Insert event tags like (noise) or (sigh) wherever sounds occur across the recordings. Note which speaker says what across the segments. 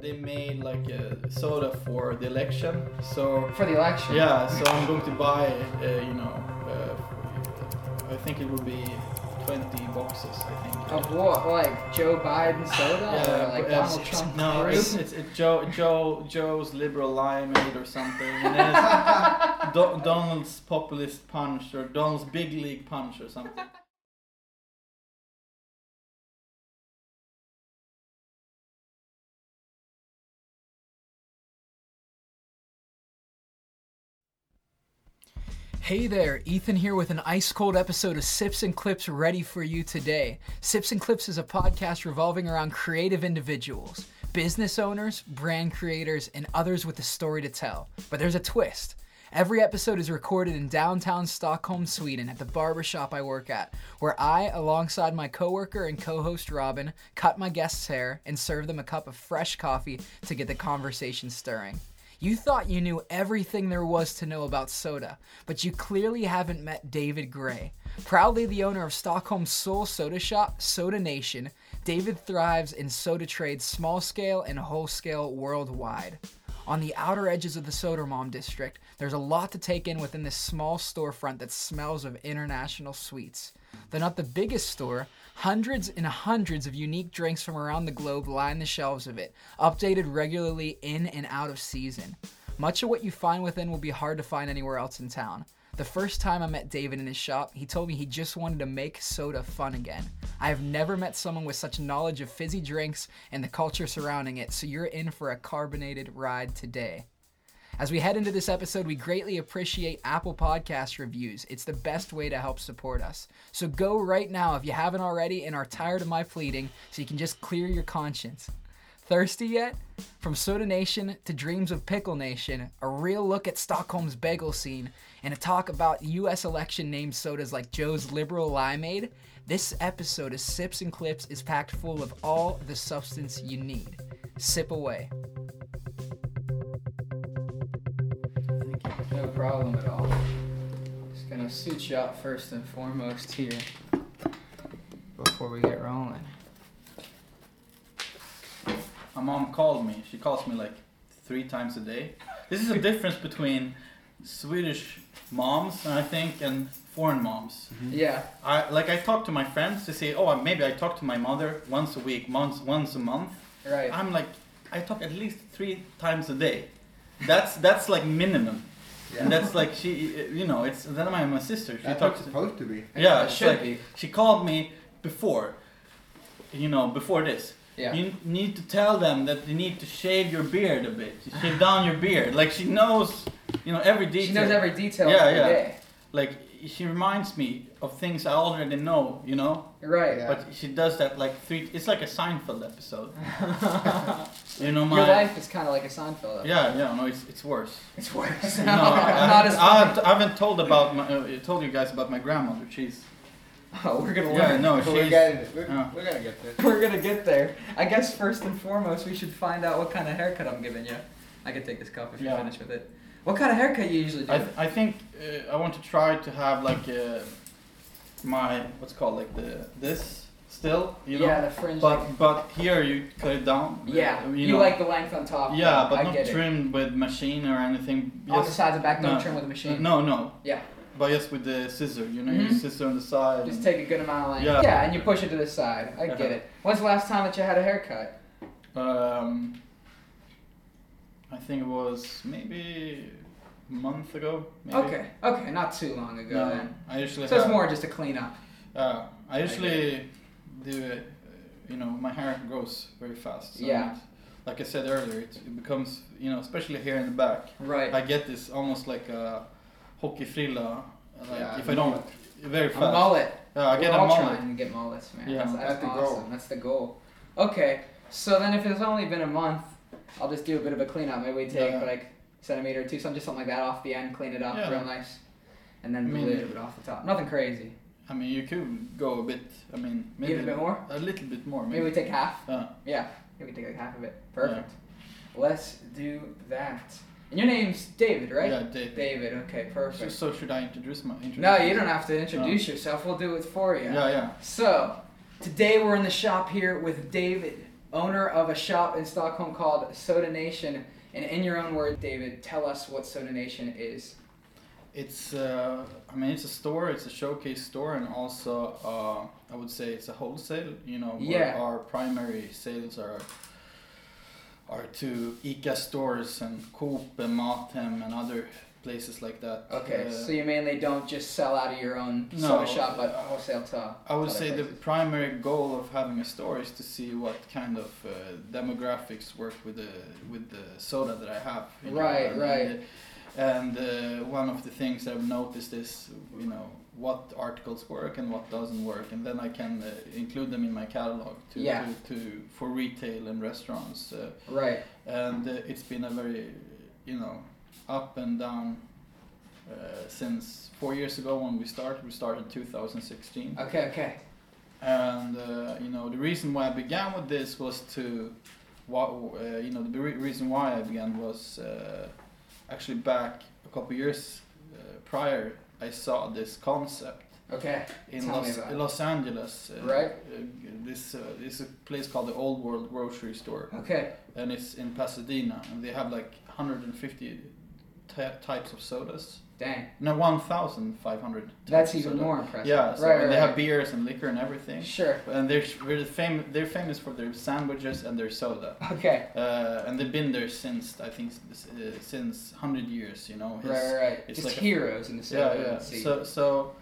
Speaker 1: they made like a soda for the election. So
Speaker 2: for the election.
Speaker 1: yeah, so I'm going to buy, uh, you know, uh, I think it will be 20 boxes. I think.
Speaker 2: Of what? Like Joe Biden soda? or Oh, like
Speaker 1: but, uh,
Speaker 2: Donald
Speaker 1: it's-
Speaker 2: Trump
Speaker 1: no,
Speaker 2: grape? (laughs)
Speaker 1: it's, it's, it's Joe Joe Joe's liberal limeade or something, and then it's (laughs) Do- Donald's populist punch or Donald's big league punch or something.
Speaker 3: Hey there, Ethan here with an ice cold episode of Sips and Clips ready for you today. Sips and Clips is a podcast revolving around creative individuals, business owners, brand creators, and others with a story to tell. But there's a twist. Every episode is recorded in downtown Stockholm, Sweden, at the barbershop I work at, where I, alongside my coworker and co host Robin, cut my guests' hair and serve them a cup of fresh coffee to get the conversation stirring. You thought you knew everything there was to know about soda, but you clearly haven't met David Gray. Proudly the owner of Stockholm's sole soda shop, Soda Nation, David thrives in soda trade small scale and whole scale worldwide. On the outer edges of the Sodermalm district, there's a lot to take in within this small storefront that smells of international sweets. Though not the biggest store, hundreds and hundreds of unique drinks from around the globe line the shelves of it, updated regularly in and out of season. Much of what you find within will be hard to find anywhere else in town. The first time I met David in his shop, he told me he just wanted to make soda fun again. I have never met someone with such knowledge of fizzy drinks and the culture surrounding it, so you're in for a carbonated ride today. As we head into this episode, we greatly appreciate Apple Podcast reviews. It's the best way to help support us. So go right now if you haven't already and are tired of my pleading so you can just clear your conscience. Thirsty yet? From Soda Nation to Dreams of Pickle Nation, a real look at Stockholm's bagel scene, and a talk about US election named sodas like Joe's Liberal Limeade, this episode of Sips and Clips is packed full of all the substance you need. Sip away.
Speaker 2: No problem at all. Just gonna suit you up first and foremost here before we get rolling.
Speaker 1: My mom called me. She calls me like three times a day. This is a difference between Swedish moms, I think, and foreign moms.
Speaker 3: Mm-hmm.
Speaker 2: Yeah.
Speaker 1: I like I talk to my friends. They say, "Oh, maybe I talk to my mother once a week, once once a month."
Speaker 2: Right.
Speaker 1: I'm like, I talk at least three times a day. That's that's like minimum.
Speaker 4: Yeah.
Speaker 1: And that's like she, you know, it's then my my sister. She
Speaker 4: That's how it's
Speaker 1: talks.
Speaker 4: supposed to be.
Speaker 1: Yeah,
Speaker 2: It
Speaker 1: it's
Speaker 2: should
Speaker 1: like-
Speaker 2: be.
Speaker 1: She called me before, you know, before this.
Speaker 2: Yeah.
Speaker 1: You need to tell them that you need to shave your beard a bit. You shave down your beard. Like she knows, you know, every detail.
Speaker 2: She knows every detail
Speaker 1: Yeah,
Speaker 2: of the
Speaker 1: yeah.
Speaker 2: day.
Speaker 1: Like she reminds me of things I already know, you know.
Speaker 2: Right.
Speaker 4: Yeah.
Speaker 1: But she does that like three. It's like a Seinfeld
Speaker 2: (laughs)
Speaker 1: episode. you know my.
Speaker 2: Your life is kind of like a Seinfeld.
Speaker 1: Yeah, yeah, no, it's it's
Speaker 2: (laughs)
Speaker 1: worse.
Speaker 2: It's worse.
Speaker 1: (laughs) No, I,
Speaker 2: (laughs) Not as.
Speaker 1: I, haven't- I haven't told about my, uh, told you guys about my grandmother. She's
Speaker 2: Oh, we're gonna learn.
Speaker 1: yeah, no,
Speaker 4: But we're,
Speaker 1: she's
Speaker 4: getting, we're,
Speaker 1: yeah.
Speaker 4: we're gonna get this.
Speaker 2: (laughs) We're gonna get there. I guess first and foremost, we should find out what kind of haircut I'm giving you. I can take this cup if you're
Speaker 1: Yeah.
Speaker 2: finished with it. What kind of haircut you usually do?
Speaker 1: I, I think uh, I want to try to have like uh, my what's it called like the this still you know
Speaker 2: yeah, the fringe. like-
Speaker 1: but but here you cut it down
Speaker 2: yeah,
Speaker 1: uh,
Speaker 2: you,
Speaker 1: know.
Speaker 2: like the length on top.
Speaker 1: yeah but
Speaker 2: I
Speaker 1: not
Speaker 2: get it.
Speaker 1: trimmed with machine or anything
Speaker 2: On the sides and back, don't
Speaker 1: No.
Speaker 2: trim with a machine.
Speaker 1: no no
Speaker 2: Yeah.
Speaker 1: but yes with the scissor you know you
Speaker 2: Mhm.
Speaker 1: scissor on the side
Speaker 2: Just
Speaker 1: and-
Speaker 2: take a good amount of length.
Speaker 1: Yeah.
Speaker 2: and you push it to the side. I
Speaker 1: Uh-huh.
Speaker 2: get it. When's the last time that you had a haircut?
Speaker 1: um I think it was maybe a month ago maybe.
Speaker 2: Okay, okay, not too long ago
Speaker 1: No,
Speaker 2: then.
Speaker 1: I usually
Speaker 2: So it's
Speaker 1: have-
Speaker 2: more just a cleanup.
Speaker 1: Uh, I
Speaker 2: get
Speaker 1: usually do it. uh, You know, my hair grows very fast. So
Speaker 2: Yeah.
Speaker 1: it- like I said earlier, it, it becomes you know, especially here in the back.
Speaker 2: Right.
Speaker 1: I get this almost like a hockey frilla. Like
Speaker 4: Yeah,
Speaker 1: if I don't,
Speaker 4: mullet.
Speaker 1: very
Speaker 2: a
Speaker 1: fast.
Speaker 2: mullet.
Speaker 1: Yeah, I get
Speaker 2: We're
Speaker 1: a
Speaker 2: all
Speaker 1: mullet.
Speaker 2: trying to get mullets, man.
Speaker 1: Yeah.
Speaker 2: that's, that's,
Speaker 4: That's the
Speaker 2: awesome.
Speaker 4: goal.
Speaker 2: That's the goal. Okay, so then if it's only been a month, I'll just do a bit of a cleanup. Maybe we take
Speaker 1: Yeah.
Speaker 2: like centimeter or two, something just something like that off the end, clean it up
Speaker 1: Yeah.
Speaker 2: real nice, and then
Speaker 1: I mean-
Speaker 2: a little bit off the top. Nothing crazy.
Speaker 1: I mean, you could go a bit. I mean, maybe
Speaker 2: Give it a bit more.
Speaker 1: A little bit more,
Speaker 2: Maybe
Speaker 1: maybe.
Speaker 2: we take half.
Speaker 1: Uh,
Speaker 2: Yeah, maybe we take like half of it. Perfect. Let's do that. And your name's David, right?
Speaker 1: Yeah, David.
Speaker 2: David. Okay,
Speaker 1: So,
Speaker 2: perfect.
Speaker 1: so should I introduce my? Introduce Oh.
Speaker 2: No, you don't have to introduce yourself. We'll do it for you.
Speaker 1: Yeah, yeah.
Speaker 2: So, today we're in the shop here with David
Speaker 3: owner of a shop in Stockholm called Soda Nation. And in your own word, David, tell us what Soda Nation is.
Speaker 1: It's uh, I mean it's a store, it's a showcase store, and also uh, I would say it's a wholesale. You know, where
Speaker 3: Yeah.
Speaker 1: our primary sales are are to ICA stores and Coop and Mathem and other places like that.
Speaker 3: Okay,
Speaker 1: Uh,
Speaker 3: so you mainly don't just sell out of your own
Speaker 1: No,
Speaker 3: soda shop, but
Speaker 1: uh,
Speaker 3: wholesale to.
Speaker 1: I would
Speaker 3: other
Speaker 1: say the
Speaker 3: places.
Speaker 1: primary goal of having a store is to see what kind of uh, demographics work with the with the soda that I have.
Speaker 3: Right,
Speaker 1: and,
Speaker 3: right.
Speaker 1: And uh, one of the things I've noticed is, you know, what articles work and what doesn't work, and then I can uh, include them in my catalog to,
Speaker 3: Yeah.
Speaker 1: to, to for retail and restaurants. Uh,
Speaker 3: Right.
Speaker 1: and uh, it's been a very, you know, up and down uh, since four years ago when we started. We started in 2016
Speaker 3: Okay. Okay.
Speaker 1: and uh, you know the reason why I began with this was to, what uh, you know the re- reason why I began was uh, actually back a couple years uh, prior I saw this concept
Speaker 3: Okay.
Speaker 1: in
Speaker 3: Tell me
Speaker 1: Los,
Speaker 3: about it.
Speaker 1: in Los Angeles. Uh,
Speaker 3: Right.
Speaker 1: Uh, this uh, this is a place called the Old World Grocery Store,
Speaker 3: Okay.
Speaker 1: and it's in Pasadena, and they have like 150 ty types of sodas.
Speaker 3: Dang.
Speaker 1: No, 1,500. types
Speaker 3: That's
Speaker 1: of
Speaker 3: even
Speaker 1: soda.
Speaker 3: more impressive.
Speaker 1: Yeah, so
Speaker 3: right.
Speaker 1: and
Speaker 3: right,
Speaker 1: they have
Speaker 3: right.
Speaker 1: beers and liquor and everything
Speaker 3: Sure.
Speaker 1: and they're really fam- they're famous for their sandwiches and their soda.
Speaker 3: Okay.
Speaker 1: Uh, and they've been there since I think s- uh, since hundred years. You know,
Speaker 3: Right. Right. right.
Speaker 1: Oh, it's
Speaker 3: Just
Speaker 1: like a-
Speaker 3: heroes in the
Speaker 1: yeah,
Speaker 3: soda
Speaker 1: yeah.
Speaker 3: scene.
Speaker 1: So so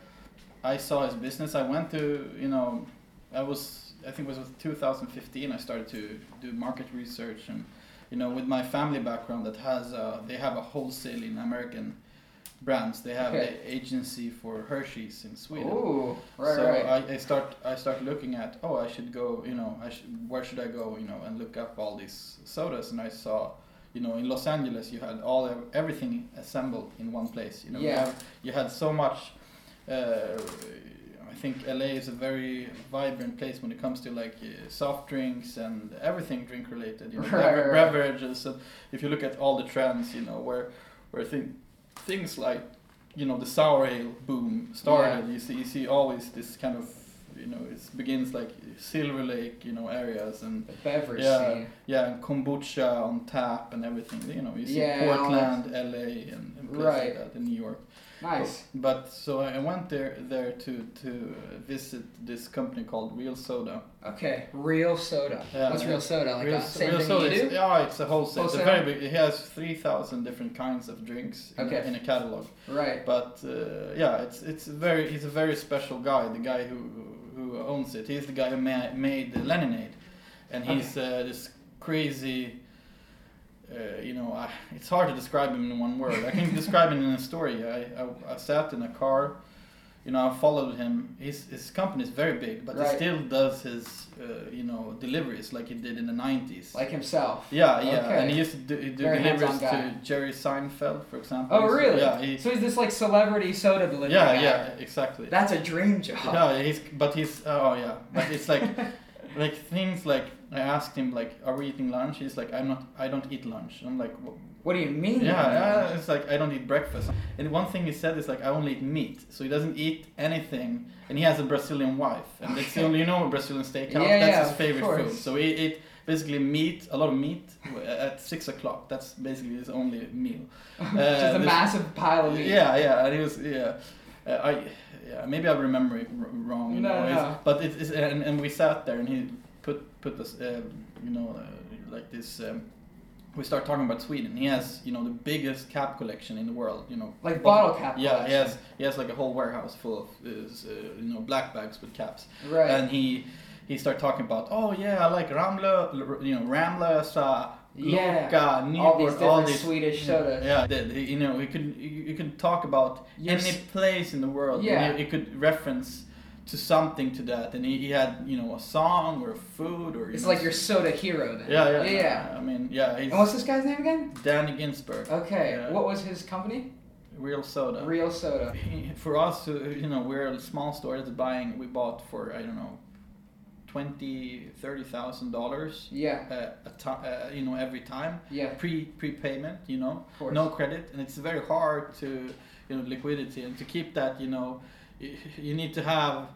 Speaker 1: I saw his business. I went to you know, I was I think it was with 2015. I started to do market research and you know with my family background that has uh, they have a wholesale in American brands. They have
Speaker 3: Okay.
Speaker 1: a agency for Hershey's in Sweden
Speaker 3: Ooh. Right.
Speaker 1: so uh,
Speaker 3: right.
Speaker 1: I, I start I start looking at oh I should go you know I should, where should I go you know and look up all these sodas and I saw you know in Los Angeles you had all everything assembled in one place you know you,
Speaker 3: Yeah.
Speaker 1: have, you had so much uh, I think LA is a very vibrant place when it comes to like uh, soft drinks and everything drink related you know
Speaker 3: (laughs) Right,
Speaker 1: bever-
Speaker 3: right.
Speaker 1: beverages and if you look at all the trends you know where where thing, things like you know the sour ale boom started. You see, you see always this kind of you know it begins like Silver Lake, you know areas and
Speaker 3: the beverage
Speaker 1: yeah.
Speaker 3: scene.
Speaker 1: yeah and kombucha on tap and everything. You know you see
Speaker 3: Yeah, all
Speaker 1: Portland, LA, and, and places
Speaker 3: Right.
Speaker 1: like that in New York.
Speaker 3: Nice.
Speaker 1: But so I went there there to to uh, visit this company called Real Soda.
Speaker 3: Okay. Real soda.
Speaker 1: Yeah,
Speaker 3: What's
Speaker 1: yeah.
Speaker 3: real soda? Like
Speaker 1: Real,
Speaker 3: that same thing
Speaker 1: Soda
Speaker 3: you
Speaker 1: is,
Speaker 3: do.
Speaker 1: yeah, it's a wholesale. It's a
Speaker 3: Wholesale?
Speaker 1: very big. It has three thousand different kinds of drinks in, a-
Speaker 3: Okay.
Speaker 1: in a catalog.
Speaker 3: Right.
Speaker 1: But uh, yeah, it's it's a very he's a very special guy. The guy who who owns it. He's the guy who ma- made the Leninade, and he's uh, this crazy. Uh, you know, I, it's hard to describe him in one word. I
Speaker 3: (laughs)
Speaker 1: can describe him in a story. I, I, I sat in a car. You know, I followed him. His his company is very big, but
Speaker 3: Right.
Speaker 1: he still does his uh, you know deliveries like he did in the nineties.
Speaker 3: Like himself.
Speaker 1: yeah, yeah,
Speaker 3: Okay.
Speaker 1: and he used to do, do
Speaker 3: Very
Speaker 1: deliveries
Speaker 3: hands-on guy.
Speaker 1: to Jerry Seinfeld, for example.
Speaker 3: Oh
Speaker 1: So,
Speaker 3: really?
Speaker 1: yeah, he,
Speaker 3: so he's this like celebrity soda delivery
Speaker 1: yeah,
Speaker 3: guy.
Speaker 1: yeah, exactly.
Speaker 3: That's a dream job.
Speaker 1: yeah, he's but he's oh yeah, but it's like (laughs) like things like I asked him like, are we eating lunch? He's like, I'm not, I don't eat lunch. I'm like, "Wha-
Speaker 3: (laughs) What do you mean?
Speaker 1: yeah, yeah, it's like I don't eat breakfast. And one thing he said is like, I only eat meat, so he doesn't eat anything. And he has a Brazilian wife, and it's the
Speaker 3: Okay.
Speaker 1: only you know Brazilian steakhouse.
Speaker 3: Yeah,
Speaker 1: that's
Speaker 3: yeah,
Speaker 1: his
Speaker 3: of
Speaker 1: favorite food.
Speaker 3: course.
Speaker 1: So he ate basically meat, a lot of meat at six o'clock. That's basically his only meal.
Speaker 3: (laughs) Just a
Speaker 1: Uh, this-
Speaker 3: massive pile of meat.
Speaker 1: Yeah, yeah, and it was yeah. Uh, I yeah, maybe I remember it r- wrong. You
Speaker 3: No,
Speaker 1: know, it's-
Speaker 3: no.
Speaker 1: but it is and, and we sat there and he put put us uh, you know uh, like this. Um, we start talking about Sweden. He has you know the biggest cap collection in the world. You know,
Speaker 3: Like bottle cap
Speaker 1: Yeah, he
Speaker 3: collection.
Speaker 1: has he has like a whole warehouse full of uh, you know black bags with caps
Speaker 3: Right.
Speaker 1: and he he started talking about oh yeah I like Ramla you know Ramla sa
Speaker 3: Yeah.
Speaker 1: Loka,
Speaker 3: all these
Speaker 1: Nyborg,
Speaker 3: different
Speaker 1: all these
Speaker 3: Swedish
Speaker 1: yeah,
Speaker 3: sodas.
Speaker 1: Yeah, the- the- you know, you could you you could talk about
Speaker 3: Your
Speaker 1: any
Speaker 3: s-
Speaker 1: place in the world.
Speaker 3: Yeah.
Speaker 1: and you, you could reference to something to that, and he, he had you know a song or food or. you
Speaker 3: It's
Speaker 1: know,
Speaker 3: like your soda hero then.
Speaker 1: Yeah, yeah,
Speaker 3: yeah.
Speaker 1: I mean, yeah, he's
Speaker 3: And what's this guy's name again?
Speaker 1: Danny Ginsberg.
Speaker 3: Okay.
Speaker 1: Yeah.
Speaker 3: What was his company?
Speaker 1: Real soda.
Speaker 3: Real Soda.
Speaker 1: For us, uh, you know, we're a small store that's buying. We bought for I don't know, twenty, thirty thousand dollars.
Speaker 3: Yeah.
Speaker 1: Uh, a ti uh, you know, every time
Speaker 3: Yeah.
Speaker 1: pre prepayment, you know,
Speaker 3: Of course.
Speaker 1: no credit, and it's very hard to you know liquidity and to keep that you know, you, you need to have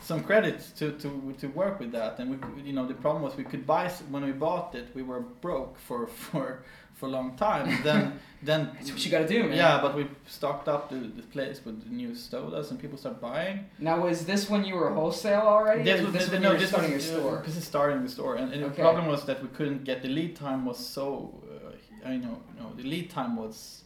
Speaker 1: some credits to, to, to work with that. And we, you know, the problem was we could buy s- when we bought it, we were broke for (laughs) for for a long time. Then then
Speaker 3: That's what you gotta do, man.
Speaker 1: yeah, but we stocked up the, the place with the new sodas, and people started buying.
Speaker 3: Now, was this when you were wholesale already? or when you were starting your
Speaker 1: was, uh,
Speaker 3: store.
Speaker 1: This is starting the store, and, and the
Speaker 3: Okay.
Speaker 1: problem was that we couldn't get the lead time was so. Uh, I know, you know, the lead time was.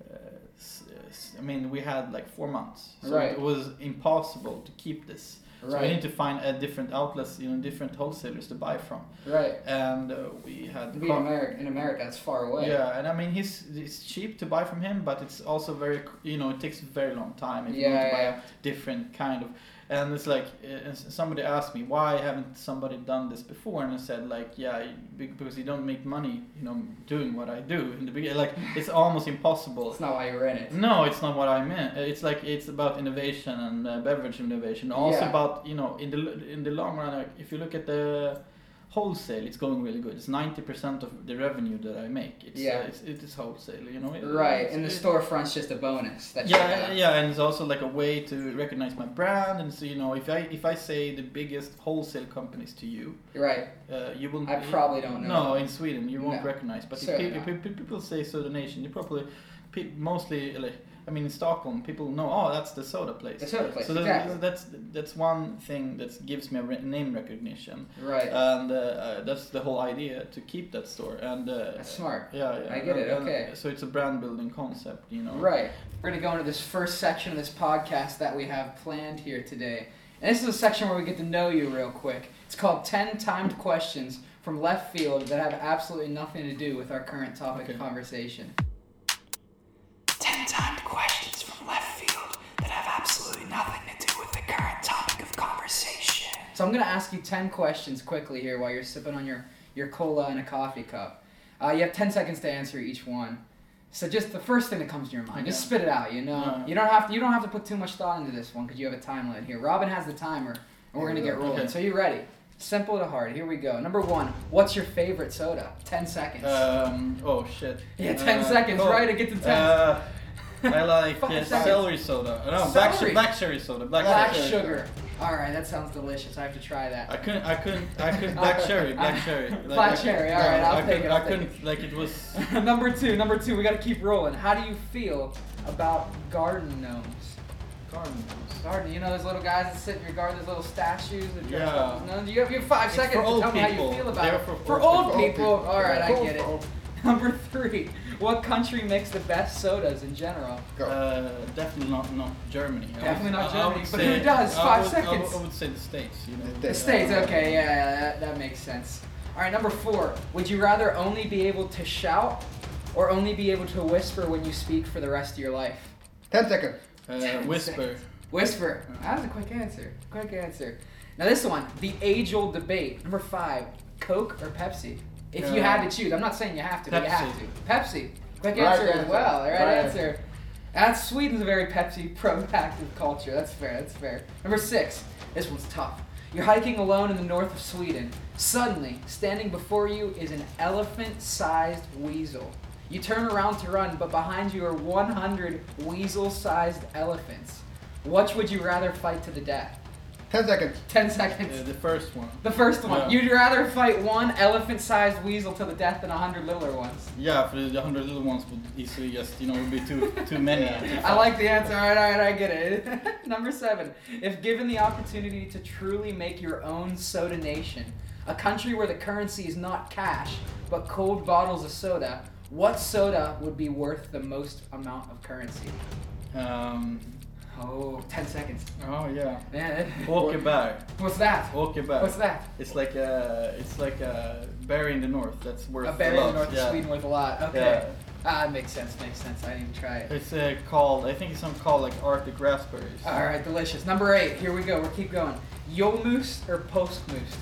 Speaker 1: Uh, s- s- I mean, we had like four months, so
Speaker 3: Right.
Speaker 1: it was impossible to keep this. So we
Speaker 3: Right.
Speaker 1: need to find uh, different outlets, you know, different wholesalers to buy from,
Speaker 3: Right.
Speaker 1: and uh, we had.
Speaker 3: Being
Speaker 1: con-
Speaker 3: Ameri- in America, it's far away.
Speaker 1: yeah, and I mean, he's it's cheap to buy from him, but it's also very c- you know it takes a very long time if you
Speaker 3: Yeah,
Speaker 1: want to buy
Speaker 3: yeah.
Speaker 1: a different kind of. And it's like uh, and s- somebody asked me why haven't somebody done this before, and I said like yeah y- be- because you don't make money you know doing what I do in the beginning like it's almost impossible.
Speaker 3: That's not why you're in it.
Speaker 1: No, it's not what I meant. Uh, It's like it's about innovation and uh, beverage innovation. Also
Speaker 3: Yeah.
Speaker 1: about you know in the l- in the long run, like, if you look at the wholesale, it's going really good. It's ninety percent of the revenue that I make. It's,
Speaker 3: Yeah.
Speaker 1: uh, it's it is wholesale. You know. It-
Speaker 3: Right,
Speaker 1: it's-
Speaker 3: and the
Speaker 1: it-
Speaker 3: storefront's just a bonus. That you
Speaker 1: Mm. Yeah,
Speaker 3: got.
Speaker 1: yeah, and it's also like a way to recognize my brand, and so you know, if I if I say the biggest wholesale companies to you,
Speaker 3: Right.
Speaker 1: uh, you won't.
Speaker 3: I probably don't know.
Speaker 1: No, in Sweden you won't
Speaker 3: No,
Speaker 1: recognize. But if,
Speaker 3: certainly
Speaker 1: pe-
Speaker 3: not.
Speaker 1: pe- pe- people say soda nation, you probably pe- mostly like I mean in Stockholm people know oh that's the soda place.
Speaker 3: The soda place,
Speaker 1: So that-
Speaker 3: exactly.
Speaker 1: that's that's one thing that gives me a re- name recognition,
Speaker 3: Right.
Speaker 1: and uh, uh, that's the whole idea to keep that store. And uh,
Speaker 3: That's smart.
Speaker 1: Yeah, yeah.
Speaker 3: I get it,
Speaker 1: and- and
Speaker 3: okay.
Speaker 1: So it's a brand building concept, you know.
Speaker 3: Right. We're going to go into this first section of this podcast that we have planned here today. And this is a section where we get to know you real quick. It's called 10 timed questions from left field that have absolutely nothing to do with our current topic
Speaker 1: Okay.
Speaker 3: of conversation. 10 timed questions from left field that have absolutely nothing to do with the current topic of conversation. So I'm going to ask you 10 questions quickly here while you're sipping on your, your cola and a coffee cup. Uh, you have 10 seconds to answer each one. So just the first thing that comes to your mind, just
Speaker 1: Okay.
Speaker 3: spit it out. You know,
Speaker 1: Yeah.
Speaker 3: you don't have to. You don't have to put too much thought into this one because you have a time limit here. Robin has the timer, and we're gonna get rolling.
Speaker 1: Okay.
Speaker 3: So you ready? Simple to hard. Here we go. Number one. What's your favorite soda? Ten seconds.
Speaker 1: Um, oh shit. oh,
Speaker 3: Yeah, 10 seconds, right? I get to 10.
Speaker 1: Uh, I
Speaker 3: (laughs)
Speaker 1: like
Speaker 3: Five
Speaker 1: uh,
Speaker 3: seconds.
Speaker 1: celery soda. No, black,
Speaker 3: Celery.
Speaker 1: sh- black cherry soda. Black,
Speaker 3: Black
Speaker 1: cherry
Speaker 3: sugar. All right, that sounds delicious. I have to try that.
Speaker 1: I couldn't, I couldn't, I couldn't. Black cherry, black
Speaker 3: (laughs)
Speaker 1: cherry. Like,
Speaker 3: Black
Speaker 1: I-
Speaker 3: cherry, all right,
Speaker 1: no,
Speaker 3: I'll
Speaker 1: I
Speaker 3: take
Speaker 1: couldn't,
Speaker 3: it, I'll
Speaker 1: I
Speaker 3: take
Speaker 1: couldn't. Like it was.
Speaker 3: (laughs) number two. Number two. We gotta keep rolling. How do you feel about garden gnomes?
Speaker 1: Garden.
Speaker 3: Garden, you know those little guys that sit in your garden, those little statues. That
Speaker 1: Yeah.
Speaker 3: No, you have you have five
Speaker 1: It's
Speaker 3: seconds
Speaker 1: for
Speaker 3: to
Speaker 1: old
Speaker 3: tell me how
Speaker 1: people.
Speaker 3: you feel about
Speaker 1: They're
Speaker 3: it.
Speaker 1: for
Speaker 3: for
Speaker 1: old
Speaker 3: old
Speaker 1: people.
Speaker 3: people. All right, I
Speaker 1: Cool.
Speaker 3: get it.
Speaker 1: (laughs)
Speaker 3: Number three. What country makes the best sodas in general?
Speaker 1: Uh, definitely not, not Germany. I
Speaker 3: Definitely not
Speaker 1: I- I would
Speaker 3: Germany, but who does?
Speaker 1: I
Speaker 3: Five
Speaker 1: would- I would-
Speaker 3: seconds.
Speaker 1: I would say the states. You know.
Speaker 3: The states. Okay, yeah, yeah, that, that makes sense. All right, number four. Would you rather only be able to shout, or only be able to whisper when you speak for the rest of your life?
Speaker 4: Ten seconds.
Speaker 1: Uh, whisper.
Speaker 3: Whisper. That was a quick answer. Quick answer. Now this one, the age-old debate. Number five, Coke or Pepsi? If you
Speaker 1: Yeah.
Speaker 3: had to choose, I'm not saying you have to, but you have
Speaker 1: Pepsi.
Speaker 3: to. Pepsi. Quick
Speaker 4: Right
Speaker 3: answer as
Speaker 4: answer.
Speaker 3: well. Right,
Speaker 4: Right
Speaker 3: answer. That's Sweden's a very Pepsi proactive culture. That's fair. That's fair. Number six. This one's tough. You're hiking alone in the north of Sweden. Suddenly, standing before you is an elephant-sized weasel. You turn around to run, but behind you are 100 weasel-sized elephants. Which would you rather fight to the death?
Speaker 4: Ten seconds.
Speaker 3: 10
Speaker 1: Uh,
Speaker 3: seconds.
Speaker 1: the first one.
Speaker 3: The first one.
Speaker 1: Yeah.
Speaker 3: You'd rather fight one elephant-sized weasel to the death than 100 littler ones.
Speaker 1: Yeah, for the hundred little ones would easily just you know would be too too many.
Speaker 3: (laughs) I like the answer. All right, all right, I get it. (laughs) Number seven. If given the opportunity to truly make your own soda nation, a country where the currency is not cash but cold bottles of soda, what soda would be worth the most amount of currency?
Speaker 1: Um,
Speaker 3: Oh, 10 seconds.
Speaker 1: oh yeah.
Speaker 3: Man,
Speaker 1: Oh. Åkeberg.
Speaker 3: what's that?
Speaker 1: Åkeberg.
Speaker 3: What's that?
Speaker 1: It's like a it's like a berry in the north that's worth
Speaker 3: A berry
Speaker 1: a
Speaker 3: in
Speaker 1: lot.
Speaker 3: the north
Speaker 1: yeah.
Speaker 3: of Sweden worth a lot. Okay.
Speaker 1: Yeah.
Speaker 3: Ah, it makes sense. Makes sense. I didn't even try it.
Speaker 1: It's uh, called I think it's some called like Arctic raspberries.
Speaker 3: All right, delicious. Number eight. Here we go. We'll keep going. Yo moose or post moose?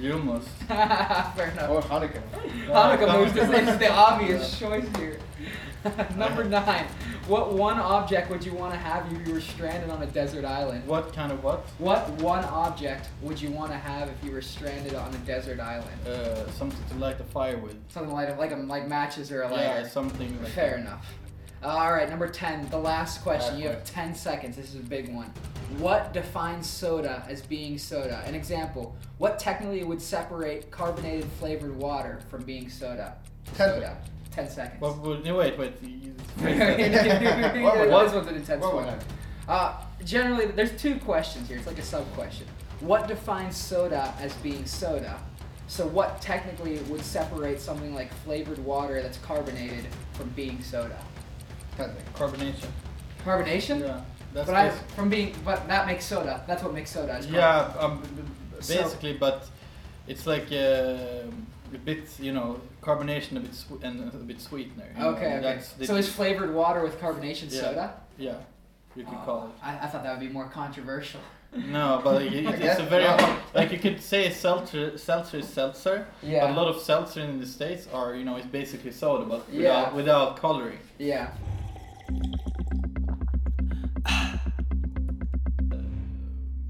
Speaker 1: You must.
Speaker 3: (laughs) Fair enough.
Speaker 4: Or Hanukkah.
Speaker 3: (laughs) Hanukkah
Speaker 1: Uh,
Speaker 3: moose is,
Speaker 1: Hanukkah.
Speaker 3: is the obvious choice here. (laughs) Number nine. What one object would you want to have if you were stranded on a desert island?
Speaker 1: What kind of what?
Speaker 3: What one object would you want to have if you were stranded on a desert island?
Speaker 1: Uh, something to light the fire with.
Speaker 3: Something like like a, like matches or a lighter.
Speaker 1: Yeah, something like
Speaker 3: Fair enough. All right, number 10, the last question.
Speaker 1: All right,
Speaker 3: You have 10 seconds. This is a big one. What defines soda as being soda? An example, what technically would separate carbonated flavored water from being soda?
Speaker 1: Ten
Speaker 3: Soda. 10 seconds.
Speaker 1: What
Speaker 3: (laughs)
Speaker 1: would, no, wait, wait. you- (laughs)
Speaker 3: What would-
Speaker 1: what-
Speaker 3: this one's an intense
Speaker 1: what would
Speaker 3: one.
Speaker 1: I-
Speaker 3: Uh, generally, there's two questions here. It's like a sub question. What defines soda as being soda? So, what technically would separate something like flavored water that's carbonated from being soda?
Speaker 1: Carbonation.
Speaker 3: Carbonation?
Speaker 1: Yeah. That's
Speaker 3: but I,
Speaker 1: basi-
Speaker 3: from being, but that makes soda. That's what makes soda. Is carb-
Speaker 1: Yeah, um, b- b-
Speaker 3: So-
Speaker 1: basically, but it's like uh, a bit, you know, carbonation a bit swe- and a bit sweetener. you know,
Speaker 3: Okay. okay.
Speaker 1: That's the,
Speaker 3: So is flavored water with carbonation
Speaker 1: Yeah,
Speaker 3: soda?
Speaker 1: yeah, you could
Speaker 3: Oh,
Speaker 1: call it.
Speaker 3: I, I thought that would be more controversial.
Speaker 1: No, but
Speaker 3: (laughs)
Speaker 1: it, it- it's a very
Speaker 3: Yeah.
Speaker 1: hard, like you could say seltzer, seltzer is seltzer. but
Speaker 3: Yeah.
Speaker 1: A lot of seltzer in the states are, you know, it's basically soda, but without
Speaker 3: Yeah.
Speaker 1: without coloring.
Speaker 3: Yeah.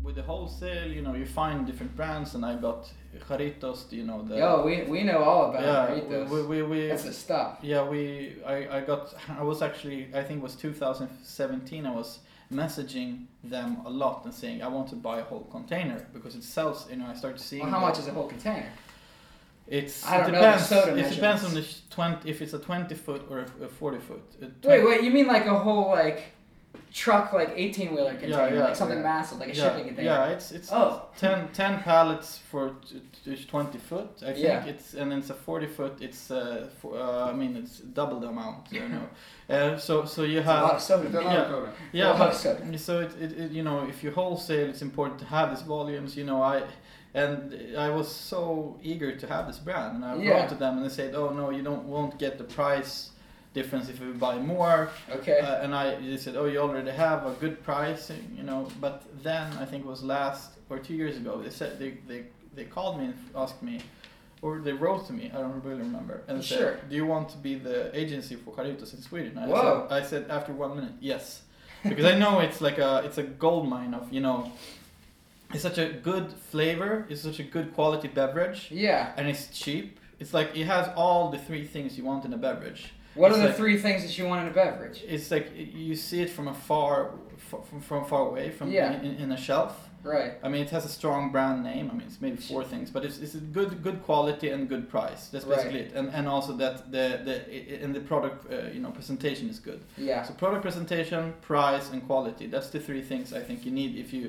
Speaker 1: With the wholesale, you know, you find different brands, and I got Jaritos, you know, the
Speaker 3: Yo, we, we know all about
Speaker 1: yeah,
Speaker 3: burritos.
Speaker 1: we we, we
Speaker 3: That's the stuff.
Speaker 1: Yeah, we. I, I got. I was actually. I think it was 2017. I was messaging them a lot and saying I want to buy a whole container because it sells. You know, I started seeing.
Speaker 3: Well, how
Speaker 1: that
Speaker 3: much is a whole container?
Speaker 1: It's.
Speaker 3: I don't
Speaker 1: it
Speaker 3: know the
Speaker 1: depends.
Speaker 3: soda
Speaker 1: it depends
Speaker 3: measurements.
Speaker 1: on the sh- twenty. If it's a 20 foot or a, a 40 foot. A
Speaker 3: Wait,
Speaker 1: 20
Speaker 3: wait. You mean like a whole like truck, like eighteen wheeler container,
Speaker 1: yeah,
Speaker 3: like something
Speaker 1: yeah.
Speaker 3: massive, like a
Speaker 1: yeah,
Speaker 3: shipping container?
Speaker 1: yeah, it's it's
Speaker 3: Oh.
Speaker 1: 10, 10 pallets for t- t- 20 foot. I think
Speaker 3: Yeah.
Speaker 1: it's and it's a 40 foot. It's uh, for, uh, I mean it's double the amount. You know,
Speaker 3: (laughs)
Speaker 1: uh, so so you
Speaker 3: It's a
Speaker 1: have
Speaker 3: lot of soda.
Speaker 1: Yeah. Yeah,
Speaker 3: Well,
Speaker 1: but
Speaker 3: so-
Speaker 1: so it, it, it you know if you wholesale, it's important to have these volumes. You know, I and I was so eager to have this brand, and I
Speaker 3: Yeah.
Speaker 1: wrote to them, and they said, "Oh no, you don't won't get the price difference if you buy more."
Speaker 3: Okay.
Speaker 1: Uh, and I they said, "Oh, you already have a good price," you know. But then I think it was last or two years ago, they said they they, they called me and asked me. Or they wrote to me. I don't really remember. And said,
Speaker 3: Sure.
Speaker 1: "Do you want to be the agency for Caritas in Sweden?" I
Speaker 3: Whoa.
Speaker 1: said, I said after one minute, "Yes." because I know it's like a it's a gold mine of you know it's such a good flavor, it's such a good quality beverage,
Speaker 3: (laughs) yeah.
Speaker 1: and it's cheap. It's like it has all the three things you want in a beverage.
Speaker 3: What
Speaker 1: it's
Speaker 3: are the
Speaker 1: like-
Speaker 3: three things that you want in a beverage?
Speaker 1: It's like you see it from afar, f- from from far away, from
Speaker 3: Yeah.
Speaker 1: in, in a shelf.
Speaker 3: Right.
Speaker 1: I mean, it has a strong brand name. I mean, it's maybe four things, but it's, it's a good good quality and good price. That's
Speaker 3: Right.
Speaker 1: basically it, and and also that the the and the product uh, you know presentation is good.
Speaker 3: Yeah.
Speaker 1: So product presentation, price, and quality. That's the three things I think you need if you,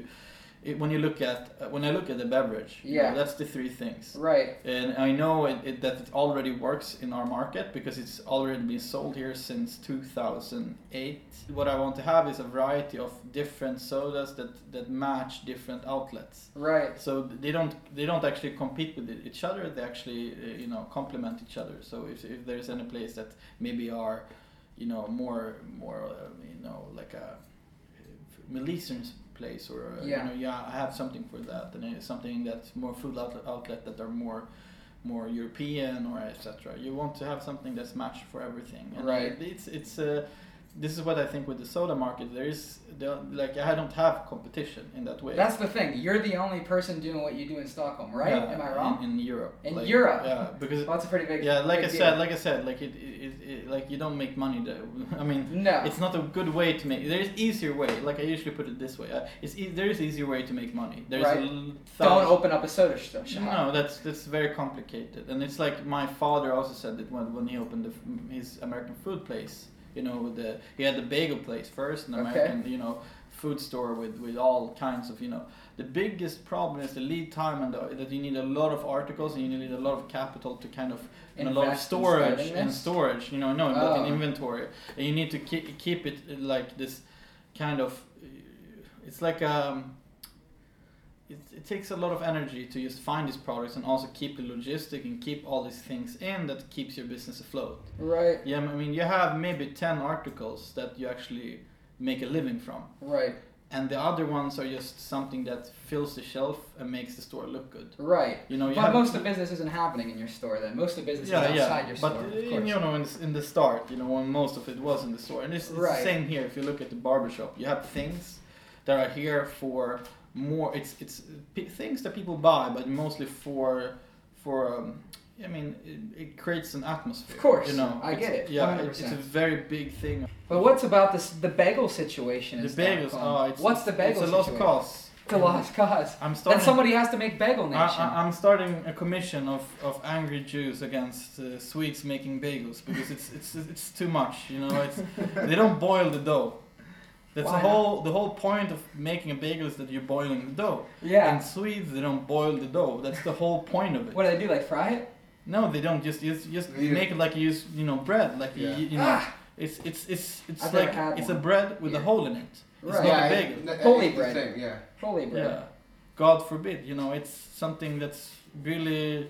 Speaker 1: it, when you look at uh, when I look at the beverage. you know,
Speaker 3: Yeah.
Speaker 1: that's the three things.
Speaker 3: Right.
Speaker 1: And I know it, it, that it already works in our market because it's already been sold here since 2008. What I want to have is a variety of different sodas that, that match different outlets.
Speaker 3: Right.
Speaker 1: So they don't they don't actually compete with e- each other. They actually uh, you know complement each other. So if, if there's any place that maybe are you know more more uh, you know like a uh, Middle Eastern place or uh,
Speaker 3: Yeah.
Speaker 1: you know yeah I have something for that and it's something that's more food outlet, outlet that are more more European or etc. You want to have something that's matched for everything. And
Speaker 3: Right.
Speaker 1: it- It's it's uh, this is what I think with the soda market. There is there, like I don't have competition in that way.
Speaker 3: That's the thing. You're the only person doing what you do in Stockholm, right?
Speaker 1: Yeah,
Speaker 3: Am I wrong?
Speaker 1: In, in Europe.
Speaker 3: In Europe.
Speaker 1: Yeah, because
Speaker 3: well, that's a pretty big.
Speaker 1: yeah, like I
Speaker 3: big deal.
Speaker 1: said, like I said, like it, it, it- it like you don't make money there. (laughs) I mean,
Speaker 3: No.
Speaker 1: it's not a good way to make. There is easier way. Like I usually put it this way. Uh, it's e- there is easier way to make money. There's
Speaker 3: Right.
Speaker 1: a l-
Speaker 3: Don't
Speaker 1: thousand-
Speaker 3: open up a soda sh- shop.
Speaker 1: No, that's that's very complicated, and it's like my father also said that when when he opened the, f- his American food place, you know, with the he had the bagel place first, and
Speaker 3: Okay.
Speaker 1: American, you know, food store with with all kinds of you know. The biggest problem is the lead time, and the, that you need a lot of articles, and you need a lot of capital to kind of and a lot of
Speaker 3: Invest in starting
Speaker 1: storage and
Speaker 3: this?
Speaker 1: storage, you know, no, but
Speaker 3: Oh.
Speaker 1: in inventory, and you need to keep keep it uh, like this kind of. uh, It's like um, it, it takes a lot of energy to just find these products and also keep the logistic and keep all these things in that keeps your business afloat.
Speaker 3: Right.
Speaker 1: Yeah, I mean, you have maybe 10 articles that you actually make a living from,
Speaker 3: Right.
Speaker 1: and the other ones are just something that fills the shelf and makes the store look good.
Speaker 3: Right.
Speaker 1: You know, you
Speaker 3: But
Speaker 1: have
Speaker 3: most of the business isn't happening in your store then. Most of the business is outside your store.
Speaker 1: But
Speaker 3: of
Speaker 1: uh,
Speaker 3: course.
Speaker 1: you know, in, in the start, you know, when most of it was in the store, and it's, it's
Speaker 3: Right.
Speaker 1: the same here. If you look at the barbershop, you have things that are here for more. It's it's uh, p- things that people buy, but mostly for for. Um, I mean, it, it creates an atmosphere.
Speaker 3: Of course.
Speaker 1: you know.
Speaker 3: I get
Speaker 1: It's-
Speaker 3: it,
Speaker 1: Yeah, it- it's a
Speaker 3: 100%.
Speaker 1: very big thing.
Speaker 3: But what's about this the bagel situation?
Speaker 1: The
Speaker 3: is not
Speaker 1: bagels.
Speaker 3: fun.
Speaker 1: Oh, it's,
Speaker 3: what's the bagel
Speaker 1: It's a lost
Speaker 3: situation?
Speaker 1: cause. Uh,
Speaker 3: It's a lost cause.
Speaker 1: I'm starting.
Speaker 3: Then somebody has to make bagel nation.
Speaker 1: I, am starting a commission of, of angry Jews against uh, Swedes making bagels because it's it's it's too much. You know, it's they don't boil the dough. That's
Speaker 3: Why
Speaker 1: the whole the whole point of making a bagel is that you're boiling the dough.
Speaker 3: yeah.
Speaker 1: In Swedes, they don't boil the dough. That's the whole point of it.
Speaker 3: What do they do? Like fry it?
Speaker 1: No, they don't. Just just, just
Speaker 4: You-
Speaker 1: make it like you use you know bread, like you-
Speaker 4: Yeah.
Speaker 1: you, you know.
Speaker 3: ah,
Speaker 1: It's it's it's it's
Speaker 3: I've never
Speaker 1: like
Speaker 3: had
Speaker 1: it's
Speaker 3: one.
Speaker 1: a bread with a
Speaker 3: Yeah.
Speaker 1: hole in it. It's
Speaker 3: Right.
Speaker 1: not
Speaker 4: yeah,
Speaker 1: a bagel.
Speaker 4: it- it's
Speaker 3: Holy
Speaker 4: the
Speaker 3: bread.
Speaker 4: same, yeah.
Speaker 3: probably bread.
Speaker 1: Yeah. God forbid, you know, it's something that's really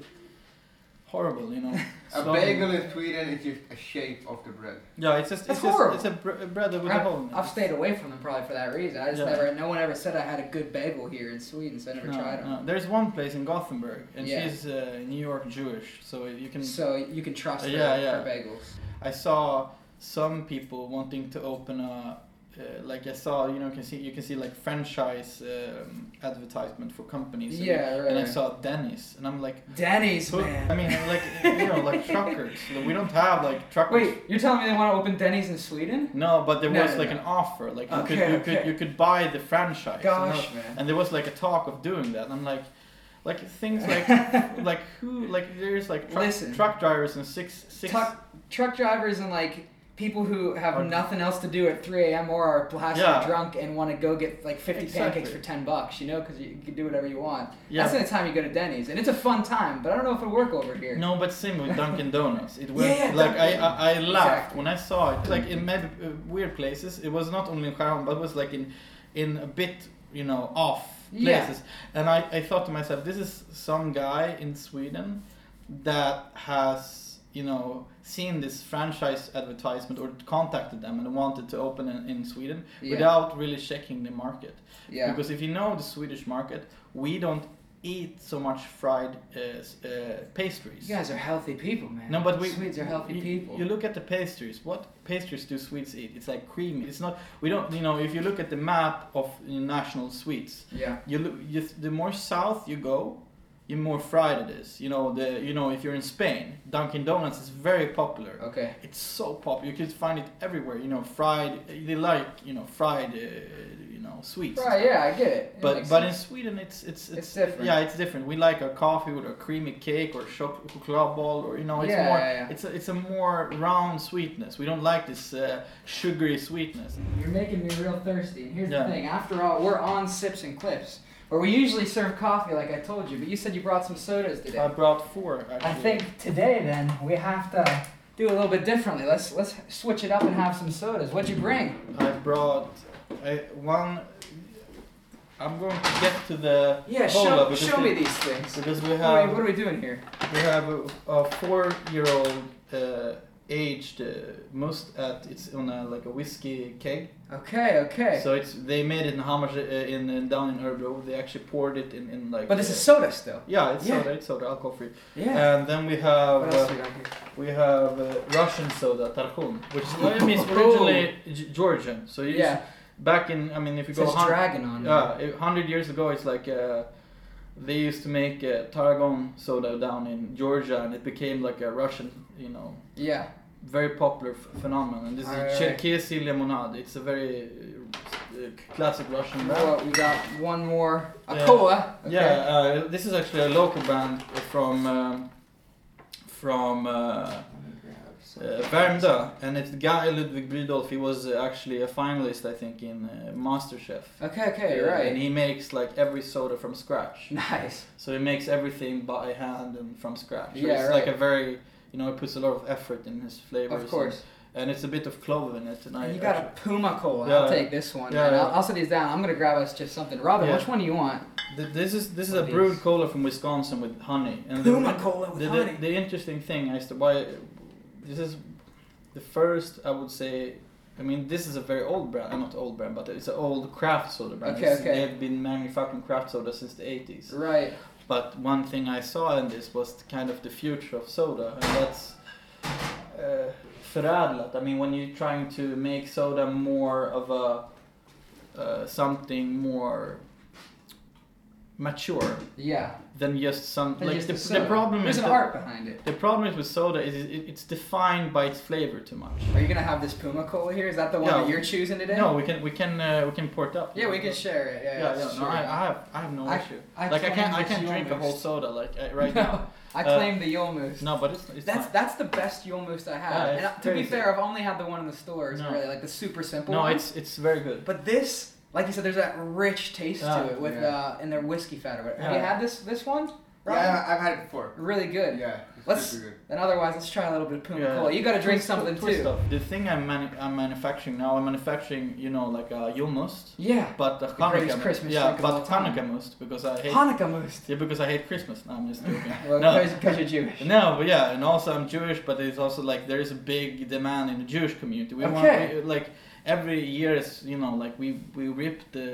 Speaker 1: horrible, you
Speaker 3: (laughs)
Speaker 1: know.
Speaker 4: A
Speaker 1: So-
Speaker 4: bagel in Sweden is just a shape of the bread.
Speaker 1: Yeah, it's just
Speaker 3: That's
Speaker 1: it's just,
Speaker 3: horrible.
Speaker 1: it's a br- a bread with a
Speaker 3: I've,
Speaker 1: hole in it.
Speaker 3: I've stayed away from them probably for that reason. I just
Speaker 1: Yeah.
Speaker 3: never, no one ever said I had a good bagel here in Sweden, so I never
Speaker 1: No,
Speaker 3: tried them.
Speaker 1: no. There's one place in Gothenburg, and
Speaker 3: Yeah.
Speaker 1: she's uh, New York Jewish, so you can.
Speaker 3: So you can trust
Speaker 1: Uh,
Speaker 3: her
Speaker 1: yeah, yeah.
Speaker 3: for bagels.
Speaker 1: I saw some people wanting to open a. Uh, like I saw, you know, you can see you can see like franchise um, advertisement for companies. and-
Speaker 3: Yeah, right.
Speaker 1: And I
Speaker 3: right.
Speaker 1: saw Denny's, and I'm like,
Speaker 3: Denny's,
Speaker 1: who-
Speaker 3: man.
Speaker 1: I mean, like you know, like
Speaker 3: (laughs)
Speaker 1: truckers. We don't have like truckers.
Speaker 3: Wait, you're telling me they want to open Denny's in Sweden?
Speaker 1: No, but there
Speaker 3: No,
Speaker 1: was
Speaker 3: no,
Speaker 1: like
Speaker 3: no.
Speaker 1: an offer. Like you could
Speaker 3: Okay,
Speaker 1: you
Speaker 3: okay.
Speaker 1: could you could buy the franchise. you know?
Speaker 3: Gosh, man.
Speaker 1: And there was like a talk of doing that. And I'm like like
Speaker 3: (laughs)
Speaker 1: things like like who like there's like truck,
Speaker 3: Listen.
Speaker 1: truck drivers and six six
Speaker 3: Truck, truck drivers and like people who have
Speaker 1: Are-
Speaker 3: nothing else to do at 3 a.m. or are blasted
Speaker 1: Yeah.
Speaker 3: drunk and want to go get like 50 pancakes
Speaker 1: Exactly.
Speaker 3: for 10 bucks, you know, because you, you can do whatever you want.
Speaker 1: yeah.
Speaker 3: That's the only time you go to Denny's, and it's a fun time, but I don't know if it'll work over here.
Speaker 1: no, but same with Dunkin' Donuts.
Speaker 3: (laughs)
Speaker 1: It was
Speaker 3: Yeah, yeah,
Speaker 1: like I,
Speaker 3: Dunkin'.
Speaker 1: I I laughed
Speaker 3: Exactly. Mm-hmm.
Speaker 1: when I saw it. Like in maybe uh, weird places, it was not only in Sharon, but it was like in in a bit you know off
Speaker 3: Yeah.
Speaker 1: places. And I I thought to myself, this is some guy in Sweden that has you know seen this franchise advertisement or contacted them and wanted to open in, in Sweden
Speaker 3: Yeah.
Speaker 1: without really checking the market.
Speaker 3: Yeah.
Speaker 1: Because if you know the Swedish market, we don't eat so much fried uh, s- uh, pastries.
Speaker 3: you guys are healthy people, man.
Speaker 1: No, but we
Speaker 3: Swedes are healthy
Speaker 1: you,
Speaker 3: people.
Speaker 1: You look at the pastries. What pastries do Swedes eat? It's like creamy. It's not. We don't. You know, if you look at the map of you know, national sweets,
Speaker 3: yeah.
Speaker 1: you look. You, the more south you go, the more fried it is. You know the. You know if you're in Spain, Dunkin' Donuts is very popular.
Speaker 3: Okay.
Speaker 1: It's so popular. You could find it everywhere. You know, fried. They like you know fried. Uh, you know sweets.
Speaker 3: Right. Yeah, I get it. It
Speaker 1: But
Speaker 3: makes
Speaker 1: but in
Speaker 3: sense.
Speaker 1: Sweden it's it's it's,
Speaker 3: different.
Speaker 1: Yeah, it's different. We like our coffee with a creamy cake or choc- chocolate ball or you know it's
Speaker 3: Yeah,
Speaker 1: more
Speaker 3: yeah, yeah.
Speaker 1: it's a, it's a more round sweetness. We don't like this uh, sugary sweetness.
Speaker 3: You're making me real thirsty. And here's
Speaker 1: Yeah.
Speaker 3: the thing. After all, we're on sips and clips, where we usually serve coffee, like I told you. But you said you brought some sodas today.
Speaker 1: I brought four. Actually.
Speaker 3: I think today then we have to do a little bit differently. Let's let's switch it up and have some sodas. What'd you bring?
Speaker 1: I brought uh, one. I'm going to get to the
Speaker 3: Yeah,
Speaker 1: cola
Speaker 3: show,
Speaker 1: because
Speaker 3: show
Speaker 1: the-
Speaker 3: me these things.
Speaker 1: because we
Speaker 3: What are, we,
Speaker 1: have
Speaker 3: what are we doing here?
Speaker 1: we have a, a four-year-old uh, aged uh, most at it's on a like a whiskey keg.
Speaker 3: Okay, okay.
Speaker 1: So it's they made it in Hammers uh, in, in down in Örebro. They actually poured it in, in like.
Speaker 3: but this
Speaker 1: uh,
Speaker 3: is soda still.
Speaker 1: Yeah, it's
Speaker 3: Yeah.
Speaker 1: soda. It's soda, alcohol free.
Speaker 3: Yeah.
Speaker 1: And then we have
Speaker 3: what else we
Speaker 1: uh,
Speaker 3: got here?
Speaker 1: we have uh, Russian soda, tarhun, which is well, I mean, it's originally G- Georgian. So you
Speaker 3: Yeah,
Speaker 1: back in I mean if you
Speaker 3: it
Speaker 1: go
Speaker 3: says
Speaker 1: hun-
Speaker 3: dragon on it.
Speaker 1: yeah, a hundred years ago it's like. Uh, they used to make uh, targon soda down in Georgia, and it became like a Russian, you know,
Speaker 3: yeah.
Speaker 1: very popular f- phenomenon. This is
Speaker 3: Alright.
Speaker 1: Cherkesy lemonade. It's a very uh, uh, classic Russian. brand.
Speaker 3: Well, we got one more. A
Speaker 1: Yeah.
Speaker 3: cola. Okay.
Speaker 1: Yeah, uh, this is actually a local band from um, from uh, uh, Värmdö, and it's the guy Ludwig Brydolf. He was uh, actually a finalist, I think, in uh, MasterChef.
Speaker 3: Okay, okay,
Speaker 1: Uh,
Speaker 3: right.
Speaker 1: And he makes like every soda from scratch.
Speaker 3: (laughs) Nice.
Speaker 1: So he makes everything by hand and from scratch. So
Speaker 3: Yeah,
Speaker 1: it's
Speaker 3: right.
Speaker 1: like a very you know, he puts a lot of effort in his flavors.
Speaker 3: Of course.
Speaker 1: And, and it's a bit of clove in it. And, I
Speaker 3: And you got a Puma Cola. I'll
Speaker 1: Yeah.
Speaker 3: take this one.
Speaker 1: Yeah,
Speaker 3: man.
Speaker 1: yeah.
Speaker 3: I'll, I'll set these down. I'm gonna grab us just something. Robin,
Speaker 1: Yeah.
Speaker 3: which one do you want?
Speaker 1: Th- This is this is a
Speaker 3: What is-
Speaker 1: brewed cola from Wisconsin with honey.
Speaker 3: Oh
Speaker 1: And the,
Speaker 3: Cola
Speaker 1: the, the, the interesting thing as to why this is the first I would say I mean this is a very old brand uh, not old brand but it's an old craft soda brand
Speaker 3: Okay,
Speaker 1: It's-
Speaker 3: okay.
Speaker 1: they've been manufacturing craft soda since the 80s
Speaker 3: Right.
Speaker 1: but one thing I saw in this was kind of the future of soda and that's uh, förädlat I mean when you're trying to make soda more of a uh, something more mature
Speaker 3: Yeah.
Speaker 1: than just some.
Speaker 3: Than
Speaker 1: like
Speaker 3: just
Speaker 1: the,
Speaker 3: the soda.
Speaker 1: the problem
Speaker 3: There's
Speaker 1: is
Speaker 3: an
Speaker 1: that-
Speaker 3: art behind it.
Speaker 1: The problem is with soda is it, it's defined by its flavor too much.
Speaker 3: Are you gonna have this Puma Cola here? Is that the one
Speaker 1: No.
Speaker 3: that you're choosing today?
Speaker 1: No, we can we can uh, we can port up.
Speaker 3: Yeah, we can share it. Yeah,
Speaker 1: Yeah,
Speaker 3: yeah,
Speaker 1: yeah, no,
Speaker 3: sure.
Speaker 1: I, I have I have no
Speaker 3: I-
Speaker 1: issue.
Speaker 3: I
Speaker 1: like I can't I
Speaker 3: claim
Speaker 1: can't
Speaker 3: it's
Speaker 1: drink a whole
Speaker 3: Yolmoose.
Speaker 1: soda like uh, right
Speaker 3: No,
Speaker 1: now.
Speaker 3: I
Speaker 1: Uh,
Speaker 3: claim the Yolmoose.
Speaker 1: No, but it's it's
Speaker 3: That's
Speaker 1: fine.
Speaker 3: that's the best Yule Moose I have.
Speaker 1: Yeah,
Speaker 3: and
Speaker 1: it's
Speaker 3: uh, to be
Speaker 1: crazy.
Speaker 3: fair, I've only had the one in the stores,
Speaker 1: No.
Speaker 3: really, like the super simple
Speaker 1: no,
Speaker 3: one.
Speaker 1: it's it's very good.
Speaker 3: But this, like you said, there's that rich taste
Speaker 1: Yeah,
Speaker 3: to it with
Speaker 4: yeah.
Speaker 3: uh, and their whiskey fat or whatever. Have you
Speaker 1: Yeah.
Speaker 3: had this this one?
Speaker 4: Yeah,
Speaker 3: Ryan?
Speaker 4: I- I've had it before.
Speaker 3: Really good.
Speaker 4: Yeah, it's
Speaker 3: Let's-
Speaker 4: super good.
Speaker 3: Then otherwise, let's try a little bit of Puma
Speaker 1: Yeah.
Speaker 3: Cola. You gotta drink
Speaker 1: Twist-
Speaker 3: something
Speaker 1: twist
Speaker 3: too.
Speaker 1: up. The thing I'm manu- I'm manufacturing now, I'm manufacturing you know like a Yulmust,
Speaker 3: Yeah.
Speaker 1: but a
Speaker 3: greatest
Speaker 1: Hanukkah
Speaker 3: Christmas
Speaker 1: yeah,
Speaker 3: drink of all
Speaker 1: but
Speaker 3: time.
Speaker 1: Hanukkah must because I hate
Speaker 3: Hanukkah Moose.
Speaker 1: yeah because I hate Christmas. No, I'm just joking.
Speaker 3: (laughs) Well,
Speaker 1: no,
Speaker 3: because you're Jewish.
Speaker 1: (laughs) No, but yeah, and also I'm Jewish, but it's also like there is a big demand in the Jewish community. We
Speaker 3: Okay.
Speaker 1: want we, like every year is you know like we we rip the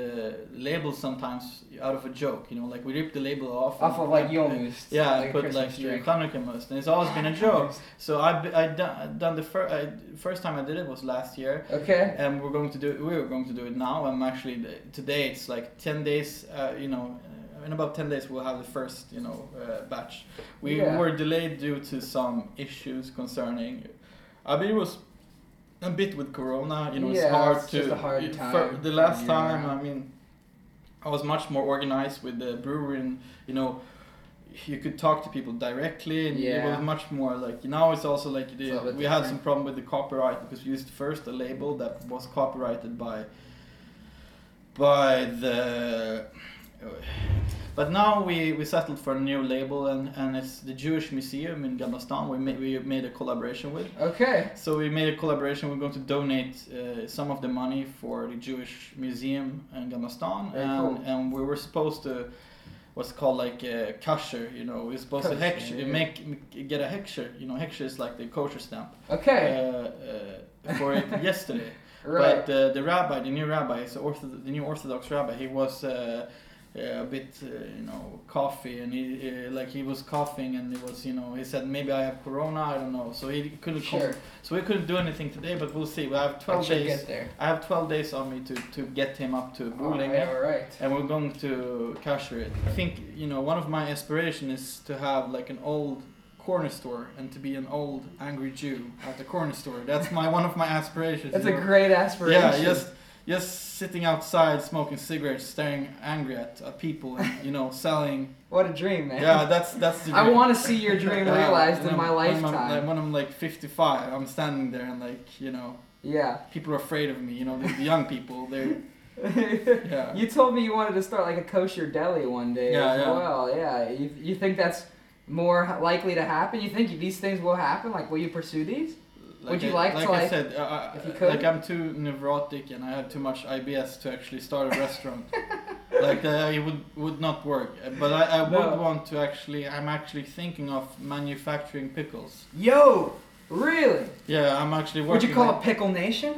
Speaker 1: label sometimes out of a joke. You know, like we rip the label off.
Speaker 3: Off
Speaker 1: and-
Speaker 3: of like
Speaker 1: and-
Speaker 3: Yule
Speaker 1: and-
Speaker 3: Moose.
Speaker 1: Yeah,
Speaker 3: like
Speaker 1: I
Speaker 3: a
Speaker 1: put
Speaker 3: Christmas
Speaker 1: like your
Speaker 3: drink.
Speaker 1: Hanukkah must, and it's always been a
Speaker 3: (laughs)
Speaker 1: joke. So I I done, done the first I, first time I did it was last year,
Speaker 3: Okay.
Speaker 1: and we're going to do we were going to do it now. I'm actually today it's like ten days. Uh, you know, uh, in about ten days we'll have the first you know uh, batch. We
Speaker 3: Yeah.
Speaker 1: were delayed due to some issues concerning. I mean, it was a bit with Corona. You know,
Speaker 3: Yeah,
Speaker 1: it's hard
Speaker 3: it's
Speaker 1: to.
Speaker 3: just a hard
Speaker 1: it-
Speaker 3: time
Speaker 1: for- the
Speaker 3: all
Speaker 1: last
Speaker 3: year
Speaker 1: time,
Speaker 3: round.
Speaker 1: I mean, I was much more organized with the brewery, and you know. You could talk to people directly, and it
Speaker 3: Yeah.
Speaker 1: was much more like now. It's also like the,
Speaker 3: It's a little bit
Speaker 1: we had
Speaker 3: different.
Speaker 1: some problem with the copyright because we used first a label that was copyrighted by by the but now we, we settled for a new label and, and it's the Jewish Museum in Gamla Stan we made, we made a collaboration with
Speaker 3: Okay.
Speaker 1: so we made a collaboration we're going to donate uh, some of the money for the Jewish Museum in Gamla Stan
Speaker 3: Very
Speaker 1: and,
Speaker 3: cool.
Speaker 1: and we were supposed to what's called like uh, kosher you know we're supposed to
Speaker 3: Kosher,
Speaker 1: heksher,
Speaker 3: yeah.
Speaker 1: make get a hexer you know hexer is like the kosher stamp
Speaker 3: Okay.
Speaker 1: uh, uh, for
Speaker 3: (laughs)
Speaker 1: it yesterday
Speaker 3: right.
Speaker 1: but uh, the rabbi, the new rabbi, is ortho- the new Orthodox rabbi. He was uh, uh, a bit, uh, you know, coffee, and he uh, like he was coughing, and it was, you know, he said maybe I have corona, I don't know. So he couldn't. come-
Speaker 3: sure.
Speaker 1: so we couldn't do anything today, but we'll see. We have
Speaker 3: I
Speaker 1: twelve
Speaker 3: should
Speaker 1: days.
Speaker 3: get there.
Speaker 1: I have twelve days on me to, to get him up to
Speaker 3: All
Speaker 1: Borlänge.
Speaker 3: right. All right.
Speaker 1: And we're going to cashier it. I think you know one of my aspiration is to have like an old corner store and to be an old angry Jew at the corner store. That's my one of my aspirations.
Speaker 3: That's
Speaker 1: you
Speaker 3: a
Speaker 1: know?
Speaker 3: great aspiration.
Speaker 1: Yeah, just just sitting outside smoking cigarettes, staring angry at, at people, and you know,
Speaker 3: (laughs)
Speaker 1: selling.
Speaker 3: What a dream, man.
Speaker 1: Yeah, that's that's the.
Speaker 3: I
Speaker 1: dream.
Speaker 3: want to see your
Speaker 1: (laughs)
Speaker 3: dream
Speaker 1: Yeah,
Speaker 3: realized
Speaker 1: when
Speaker 3: in my
Speaker 1: I'm- when I'm-
Speaker 3: lifetime.
Speaker 1: like, when I'm like 55, I'm standing there and like you know,
Speaker 3: yeah. (laughs)
Speaker 1: people are afraid of me. You know, the, the young people. They're yeah.
Speaker 3: you told me you wanted to start like a kosher deli one day
Speaker 1: Yeah,
Speaker 3: as
Speaker 1: yeah.
Speaker 3: well. Yeah. You, you think that's more h- likely to happen? You think these things will happen? Like, will you pursue these? (laughs) Would you
Speaker 1: I,
Speaker 3: like to,
Speaker 1: like I
Speaker 3: like-
Speaker 1: said, uh,
Speaker 3: if you
Speaker 1: uh,
Speaker 3: could?
Speaker 1: like I'm too neurotic and I have too much IBS to actually start a
Speaker 3: (laughs)
Speaker 1: restaurant. like uh, it would would not work. Uh, But I, I
Speaker 3: No.
Speaker 1: would want to actually. I'm actually thinking of manufacturing pickles.
Speaker 3: Yo, really?
Speaker 1: Yeah, I'm actually working.
Speaker 3: Would you call
Speaker 1: on
Speaker 3: it Pickle Nation?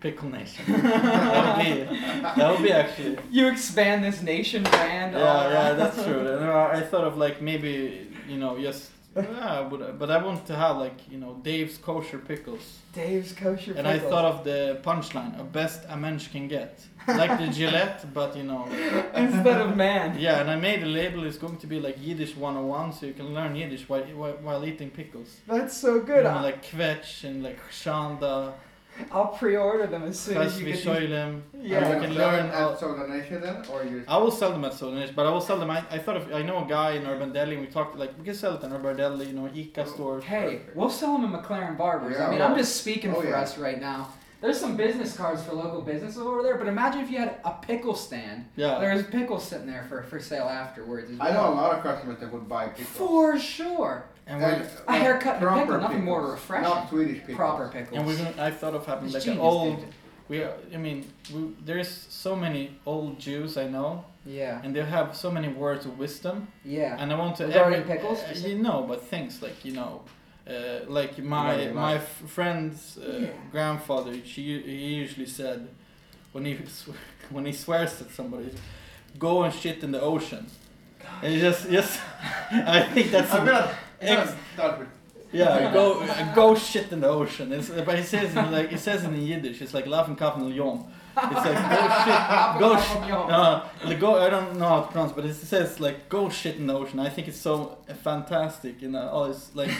Speaker 1: pickle
Speaker 3: (laughs)
Speaker 1: nation? that would be. That would be actually.
Speaker 3: You expand this nation brand. Oh, all
Speaker 1: Yeah, yeah,
Speaker 3: around.
Speaker 1: that's true. And I I thought of like maybe you know just. Yeah, I would- but I want to have like you know Dave's kosher pickles.
Speaker 3: (laughs) Dave's kosher.
Speaker 1: And I
Speaker 3: Pickles.
Speaker 1: thought of the punchline, a best a mensch can get. Like the Gillette, but you know.
Speaker 3: (laughs) instead of man.
Speaker 1: (laughs) Yeah, and I made a label, it's going to be like Yiddish 101, so you can learn Yiddish while, while, while eating pickles.
Speaker 3: That's so
Speaker 1: You
Speaker 3: good.
Speaker 1: know, like kvetch and like shanda,
Speaker 3: I'll pre-order them as soon as you get these.
Speaker 1: kvashvishoylem.
Speaker 3: Yeah.
Speaker 1: Yeah.
Speaker 4: Are
Speaker 1: You
Speaker 4: you
Speaker 1: can
Speaker 4: gonna
Speaker 1: learn.
Speaker 4: sell it
Speaker 1: all-
Speaker 4: at Soda Nation then, or you?
Speaker 1: I will sell them at Sodanish, but I will sell them. I, I thought of, I know a guy in Urban Deli, and we talked, like, we can sell it in Urban Deli, you know, Ica store.
Speaker 3: Hey, we'll sell them at McLaren Barbers. I
Speaker 4: Yeah.
Speaker 3: mean, I'm just speaking
Speaker 4: Oh,
Speaker 3: for
Speaker 4: yeah.
Speaker 3: us right now. There's some business cards for local businesses over there, but imagine if you had a pickle stand.
Speaker 1: Yeah.
Speaker 3: There's pickles sitting there for, for sale afterwards. As well.
Speaker 4: I know a lot of customers that would buy pickles.
Speaker 3: For sure.
Speaker 1: And we're,
Speaker 3: A haircut and a
Speaker 4: uh, proper
Speaker 3: pickle, nothing more
Speaker 4: pickles,
Speaker 3: refreshing.
Speaker 4: Not Swedish pickles.
Speaker 3: Proper pickles.
Speaker 1: and we're gonna, I thought of having
Speaker 3: It's
Speaker 1: like an
Speaker 3: genius,
Speaker 1: old
Speaker 3: dude.
Speaker 1: We, are- I mean, we, there's so many old Jews I know,
Speaker 3: Yeah.
Speaker 1: and they have so many words of wisdom. (laughs)
Speaker 3: Yeah.
Speaker 1: And I want to
Speaker 3: Regarding pickles,
Speaker 1: uh,
Speaker 3: just-
Speaker 1: you know, but things like you know, uh, like my
Speaker 4: Regarding
Speaker 1: my
Speaker 4: life.
Speaker 1: f- friend's uh,
Speaker 3: Yeah.
Speaker 1: grandfather. She he usually said, when he sw- (laughs) when he swears at somebody, go and shit in the ocean. And he just
Speaker 3: (laughs)
Speaker 1: yes, (laughs) I think that's
Speaker 4: I'm gonna, I'm
Speaker 1: Ex-
Speaker 4: gonna start with
Speaker 1: yeah, go uh, go shit in the ocean. It's, but he says it like he says it in Yiddish. It's like laughing, coughing, yom. It's like go shit, go shit. (laughs)
Speaker 3: Papillon.
Speaker 1: Uh, the go, I don't know how to pronounce, but it says like go shit in the ocean. I think it's so fantastic, and uh, oh, it's like,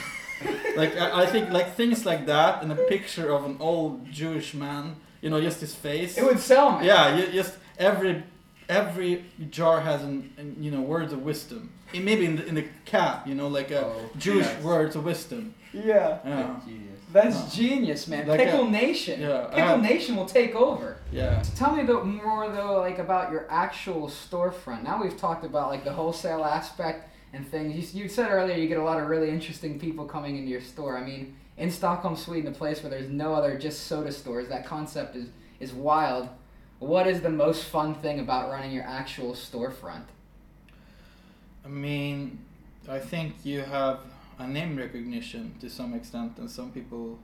Speaker 1: like I, I think like things like that, and a picture of an old Jewish man, you know, just his face.
Speaker 3: It would sell me.
Speaker 1: Yeah, you, just every every jar has an, an you know words of wisdom. It, maybe in the, in the cap, you know, like a
Speaker 4: Oh,
Speaker 1: Jewish
Speaker 4: yes.
Speaker 1: words of wisdom.
Speaker 3: Yeah.
Speaker 1: Yeah,
Speaker 4: Genius.
Speaker 3: That's
Speaker 1: No.
Speaker 3: genius, man.
Speaker 1: Like
Speaker 3: Pickle
Speaker 1: a-
Speaker 3: Nation.
Speaker 1: yeah,
Speaker 3: Pickle
Speaker 1: uh,
Speaker 3: Nation will take over.
Speaker 1: yeah.
Speaker 3: Tell me a bit more though, like about your actual storefront. Now we've talked about like the wholesale aspect and things. You, you said earlier you get a lot of really interesting people coming into your store. I mean, in Stockholm, Sweden, a place where there's no other just soda stores. That concept is is wild. What is the most fun thing about running your actual storefront?
Speaker 1: I mean, I think you have a name recognition to some extent, and some people,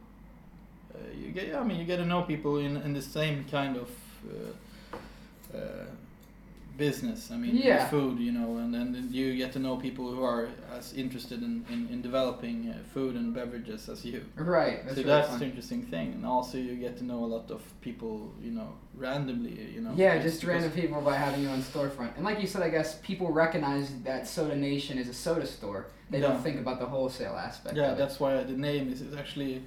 Speaker 1: uh, you get. I mean, you get to know people in, in the same kind of uh, uh, business. I mean, in
Speaker 3: Yeah.
Speaker 1: food, you know, and and you get to know people who are as interested in in, in developing uh, food and beverages as you.
Speaker 3: Right. That's
Speaker 1: so
Speaker 3: really
Speaker 1: that's
Speaker 3: fun.
Speaker 1: the interesting thing, and also you get to know a lot of people, you know, randomly, you know.
Speaker 3: Yeah, just
Speaker 1: because-
Speaker 3: random people by having your own storefront. And like you said, I guess people recognize that Soda Nation is a soda store. They don't
Speaker 1: Yeah.
Speaker 3: think about the wholesale aspect.
Speaker 1: Yeah,
Speaker 3: of it.
Speaker 1: that's why the name is, is actually.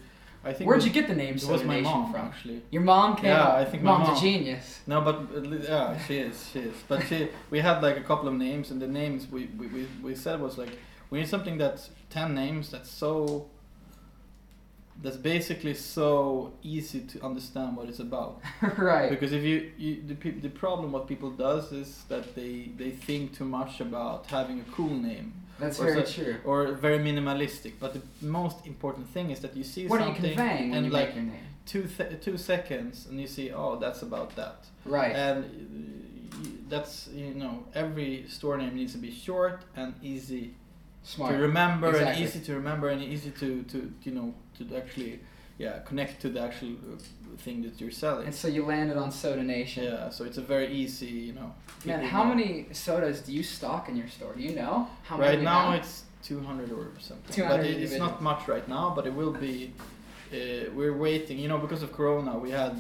Speaker 1: I think
Speaker 3: Where'd
Speaker 1: it-
Speaker 3: you get the name
Speaker 1: It
Speaker 3: Soda
Speaker 1: was my
Speaker 3: Nation
Speaker 1: mom
Speaker 3: from?
Speaker 1: actually.
Speaker 3: Your mom came.
Speaker 1: Yeah, I think my
Speaker 3: mom's a
Speaker 1: mom.
Speaker 3: genius. (laughs)
Speaker 1: No, but uh, li- yeah, she is, she is. But she, we had like a couple of names, and the names we we, we, we said was like we need something that's ten names that's so. That's basically so easy to understand what it's about.
Speaker 3: right.
Speaker 1: Because if you, you the, peop the problem what people does is that they they think too much about having a cool name
Speaker 3: That's
Speaker 1: or
Speaker 3: very
Speaker 1: so-
Speaker 3: true.
Speaker 1: or very minimalistic. But the most important thing is that you see
Speaker 3: What are you
Speaker 1: something
Speaker 3: conveying when
Speaker 1: and
Speaker 3: you
Speaker 1: like
Speaker 3: make your name?
Speaker 1: two th- two seconds and you see oh that's about that
Speaker 3: Right.
Speaker 1: and uh, y- that's you know every store name needs to be short and easy
Speaker 3: Smart.
Speaker 1: to remember
Speaker 3: Exactly.
Speaker 1: and easy to remember and easy to, to you know to actually yeah connect to the actual uh, thing that you're selling
Speaker 3: and so you landed on Soda Nation.
Speaker 1: yeah so it's a very easy you know
Speaker 3: Man,
Speaker 1: people
Speaker 3: how
Speaker 1: know.
Speaker 3: many sodas do you stock in your store? Do you know? How
Speaker 1: right
Speaker 3: many
Speaker 1: now it's 200 or something
Speaker 3: 200
Speaker 1: but it, it's
Speaker 3: individuals.
Speaker 1: not much right now but it will be uh, we're waiting you know because of corona we had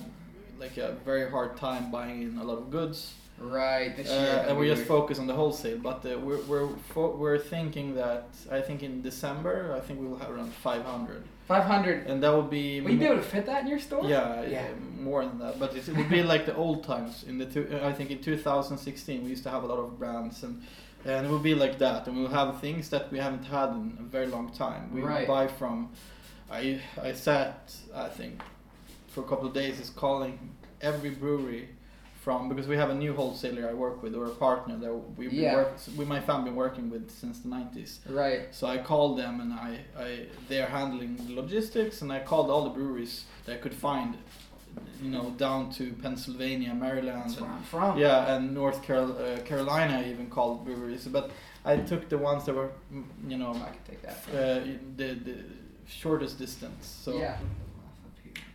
Speaker 1: like a very hard time buying in a lot of goods
Speaker 3: Right. This
Speaker 1: Uh,
Speaker 3: year.
Speaker 1: and
Speaker 3: that'd
Speaker 1: we
Speaker 3: be
Speaker 1: just
Speaker 3: weird.
Speaker 1: focus on the wholesale, but uh, we're we're fo- we're thinking that I think in December I think we will have around 500,
Speaker 3: 500.
Speaker 1: and that would be
Speaker 3: Will you be
Speaker 1: mo-
Speaker 3: able to fit that in your store?
Speaker 1: yeah,
Speaker 3: Yeah.
Speaker 1: uh, more than that. But it's- it would
Speaker 3: (laughs)
Speaker 1: be like the old times in the two, I think in 2016 we used to have a lot of brands and and it would be like that, and we'll have things that we haven't had in a very long time. We
Speaker 3: Right.
Speaker 1: buy from, I I sat I think for a couple of days is calling every brewery from because we have a new wholesaler I work with or a partner that we've been
Speaker 3: Yeah.
Speaker 1: work, we my family been working with since the 90s.
Speaker 3: Right.
Speaker 1: So I called them and I, I they're handling the logistics and I called all the breweries that I could find, you know, down to Pennsylvania, Maryland,
Speaker 3: That's where
Speaker 1: and,
Speaker 3: I'm from.
Speaker 1: yeah, and North Carol- uh, Carolina I even called breweries. But I took the ones that were, mm, you know,
Speaker 3: I
Speaker 1: uh,
Speaker 3: could take that.
Speaker 1: the, the shortest distance. So (laughs)
Speaker 3: yeah.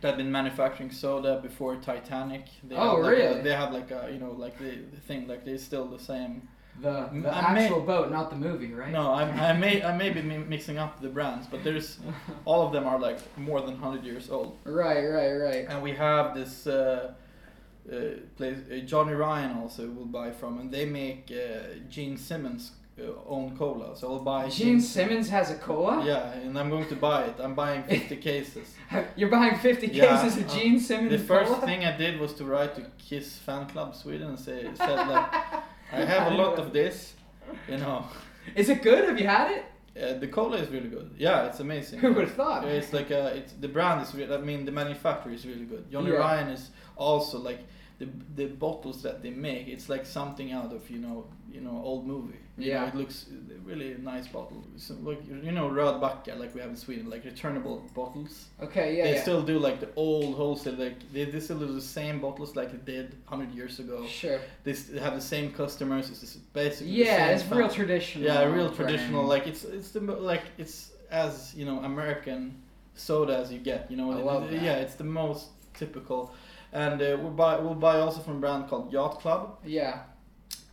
Speaker 1: that been manufacturing soda before Titanic. They
Speaker 3: Oh,
Speaker 1: have like a-
Speaker 3: really?
Speaker 1: they have like a you know like the, the thing like they're still the same.
Speaker 3: The,
Speaker 1: M-
Speaker 3: the
Speaker 1: I may-
Speaker 3: actual boat, not the movie, right?
Speaker 1: No, I, I may I may be mi- mixing up the brands, but there's
Speaker 3: (laughs)
Speaker 1: all of them are like more than 100 years old
Speaker 3: right, right, right.
Speaker 1: and we have this uh, uh, place uh, johnny ryan also will buy from and they make uh, gene simmons uh, own cola so i'll buy
Speaker 3: Gene Simmons has a cola?
Speaker 1: yeah and i'm going to buy it i'm buying
Speaker 3: (laughs)
Speaker 1: 50 cases
Speaker 3: You're buying 50
Speaker 1: Yeah,
Speaker 3: cases of
Speaker 1: uh,
Speaker 3: Gene Simmons
Speaker 1: the first
Speaker 3: cola?
Speaker 1: thing i did was to write to kiss fan club sweden and say said like i
Speaker 3: (laughs)
Speaker 1: have a lot of this you know
Speaker 3: Is it good? Have you had it?
Speaker 1: uh, the cola is really good yeah it's amazing
Speaker 3: (laughs) Who would have thought?
Speaker 1: Yeah, it's like uh it's the brand is really. I mean, the manufacturer is really good. Johnny
Speaker 3: Yeah.
Speaker 1: Ryan is also like the the bottles that they make. It's like something out of you know you know old movie. You know,
Speaker 3: Yeah.
Speaker 1: it looks uh, really nice bottle. So, like you know Rödbacka, like we have in Sweden, like returnable bottles.
Speaker 3: Okay, yeah.
Speaker 1: they
Speaker 3: yeah.
Speaker 1: still do like the old wholesale. Like they, they still do the same bottles like they did hundred years ago.
Speaker 3: Sure.
Speaker 1: They s- have the same customers. It's just basically the
Speaker 3: Yeah,
Speaker 1: same
Speaker 3: it's real
Speaker 1: fam-
Speaker 3: traditional.
Speaker 1: yeah, real
Speaker 3: brand.
Speaker 1: traditional. Like it's it's the mo- like it's as you know American soda as you get. You know,
Speaker 3: I
Speaker 1: It-
Speaker 3: love that.
Speaker 1: yeah, it's the most typical. And uh, we'll buy we'll buy also from a brand called Yacht Club,
Speaker 3: Yeah,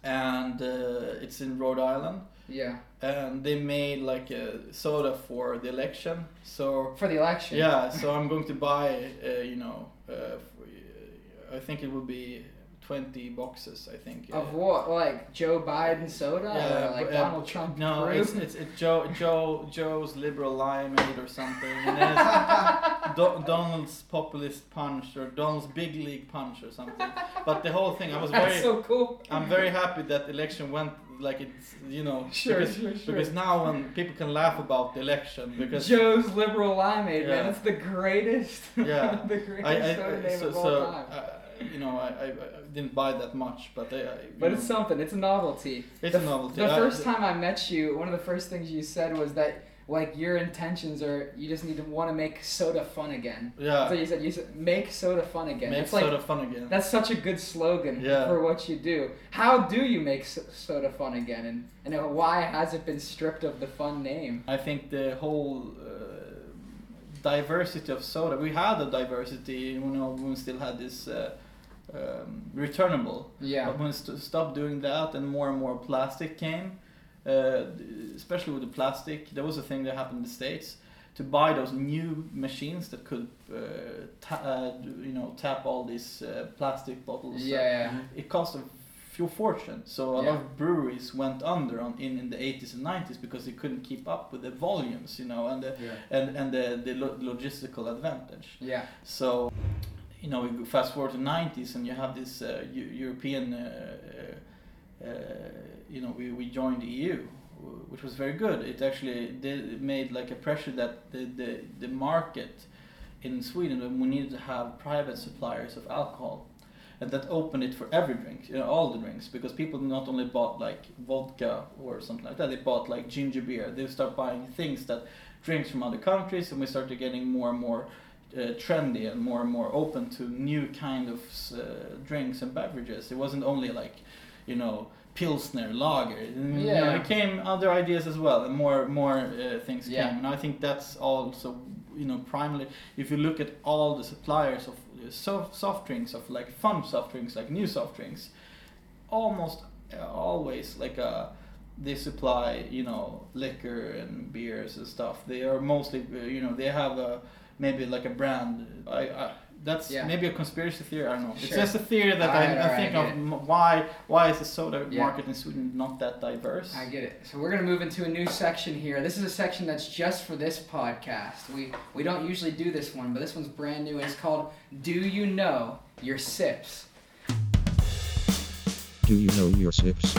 Speaker 1: and uh, it's in Rhode Island,
Speaker 3: yeah.
Speaker 1: and they made like a soda for the election. So
Speaker 3: For the election.
Speaker 1: yeah, so I'm going to buy uh, you know uh, f- I think it would be 20 boxes. I think.
Speaker 3: Of
Speaker 1: uh,
Speaker 3: what? Like Joe Biden soda?
Speaker 1: Yeah,
Speaker 3: or like
Speaker 1: but, uh,
Speaker 3: Donald Trump?
Speaker 1: No,
Speaker 3: brew? (laughs)
Speaker 1: it's it's it Joe Joe Joe's liberal limeade or something. And then it's Do- Donald's populist punch or Donald's big league punch or something. But the whole thing, I was
Speaker 3: That's
Speaker 1: very
Speaker 3: so cool.
Speaker 1: I'm very happy that election went like it's you know
Speaker 3: Sure,
Speaker 1: because,
Speaker 3: sure, sure.
Speaker 1: because now when people can laugh about the election because
Speaker 3: Joe's liberal limeade, man.
Speaker 1: Yeah.
Speaker 3: It's the greatest. (laughs)
Speaker 1: Yeah.
Speaker 3: the greatest
Speaker 1: I, I,
Speaker 3: soda
Speaker 1: I
Speaker 3: name
Speaker 1: so,
Speaker 3: of all
Speaker 1: so
Speaker 3: time.
Speaker 1: uh, you know I, I, I didn't buy that much but I, I you
Speaker 3: But
Speaker 1: know,
Speaker 3: it's something. It's a novelty.
Speaker 1: It's
Speaker 3: the,
Speaker 1: a novelty.
Speaker 3: The
Speaker 1: I-
Speaker 3: first time I met you, one of the first things you said was that like your intentions are you just need to want to make soda fun again.
Speaker 1: yeah
Speaker 3: So you said you said make soda fun again.
Speaker 1: makes
Speaker 3: it's like
Speaker 1: sort of fun again
Speaker 3: that's such a good slogan
Speaker 1: Yeah.
Speaker 3: for what you do. How do you make so- soda fun again, and and then why has it been stripped of the fun name?
Speaker 1: I think the whole uh, diversity of soda. We had a diversity, you know, when we still had this uh, um, returnable.
Speaker 3: Yeah.
Speaker 1: But when we st- stopped doing that and more and more plastic came, uh, especially with the plastic, there was a thing that happened in the states to buy those new machines that could, uh, ta- uh, you know, tap all these uh, plastic bottles.
Speaker 3: Yeah, yeah.
Speaker 1: It cost a few fortune. So a
Speaker 3: Yeah.
Speaker 1: lot of breweries went under on, in, in the 80s and 90s because they couldn't keep up with the volumes, you know, and the,
Speaker 4: Yeah.
Speaker 1: and, and the, the lo- logistical advantage.
Speaker 3: yeah.
Speaker 1: So, you know, we fast forward to 90s and you have this uh, Eu- European, uh, uh, you know, we, we joined the EU. wh- Which was very good. It actually did, it made like a pressure that the, the, the market in Sweden when we needed to have private suppliers of alcohol, and that opened it for every drink, you know, all the drinks, because people not only bought like vodka or something like that, they bought like ginger beer. They start buying things that drinks from other countries, and we started getting more and more uh, trendy and more and more open to new kind of uh, drinks and beverages. It wasn't only like, you know. Pilsner lager, And, you know,
Speaker 3: Yeah.
Speaker 1: it came other ideas as well, and more more uh, things
Speaker 3: Yeah.
Speaker 1: came, and I think that's also you know primarily if you look at all the suppliers of uh, soft, soft drinks of like fun soft drinks like new soft drinks almost uh, always like uh they supply you know liquor and beers and stuff they are mostly uh, you know they have a maybe like a brand i, I that's
Speaker 3: Yeah.
Speaker 1: maybe a conspiracy theory. I don't know. It's
Speaker 3: Sure.
Speaker 1: just a theory that I,
Speaker 3: Alright,
Speaker 1: I
Speaker 3: alright,
Speaker 1: think
Speaker 3: I
Speaker 1: of.
Speaker 3: get it.
Speaker 1: m- Why why is the soda
Speaker 3: Yeah.
Speaker 1: market in Sweden not that diverse?
Speaker 3: I get it. So we're gonna move into a new section here. This is a section that's just for this podcast. We we don't usually do this one, but this one's brand new and it's called Do You Know Your Sips?
Speaker 5: Do you know your sips?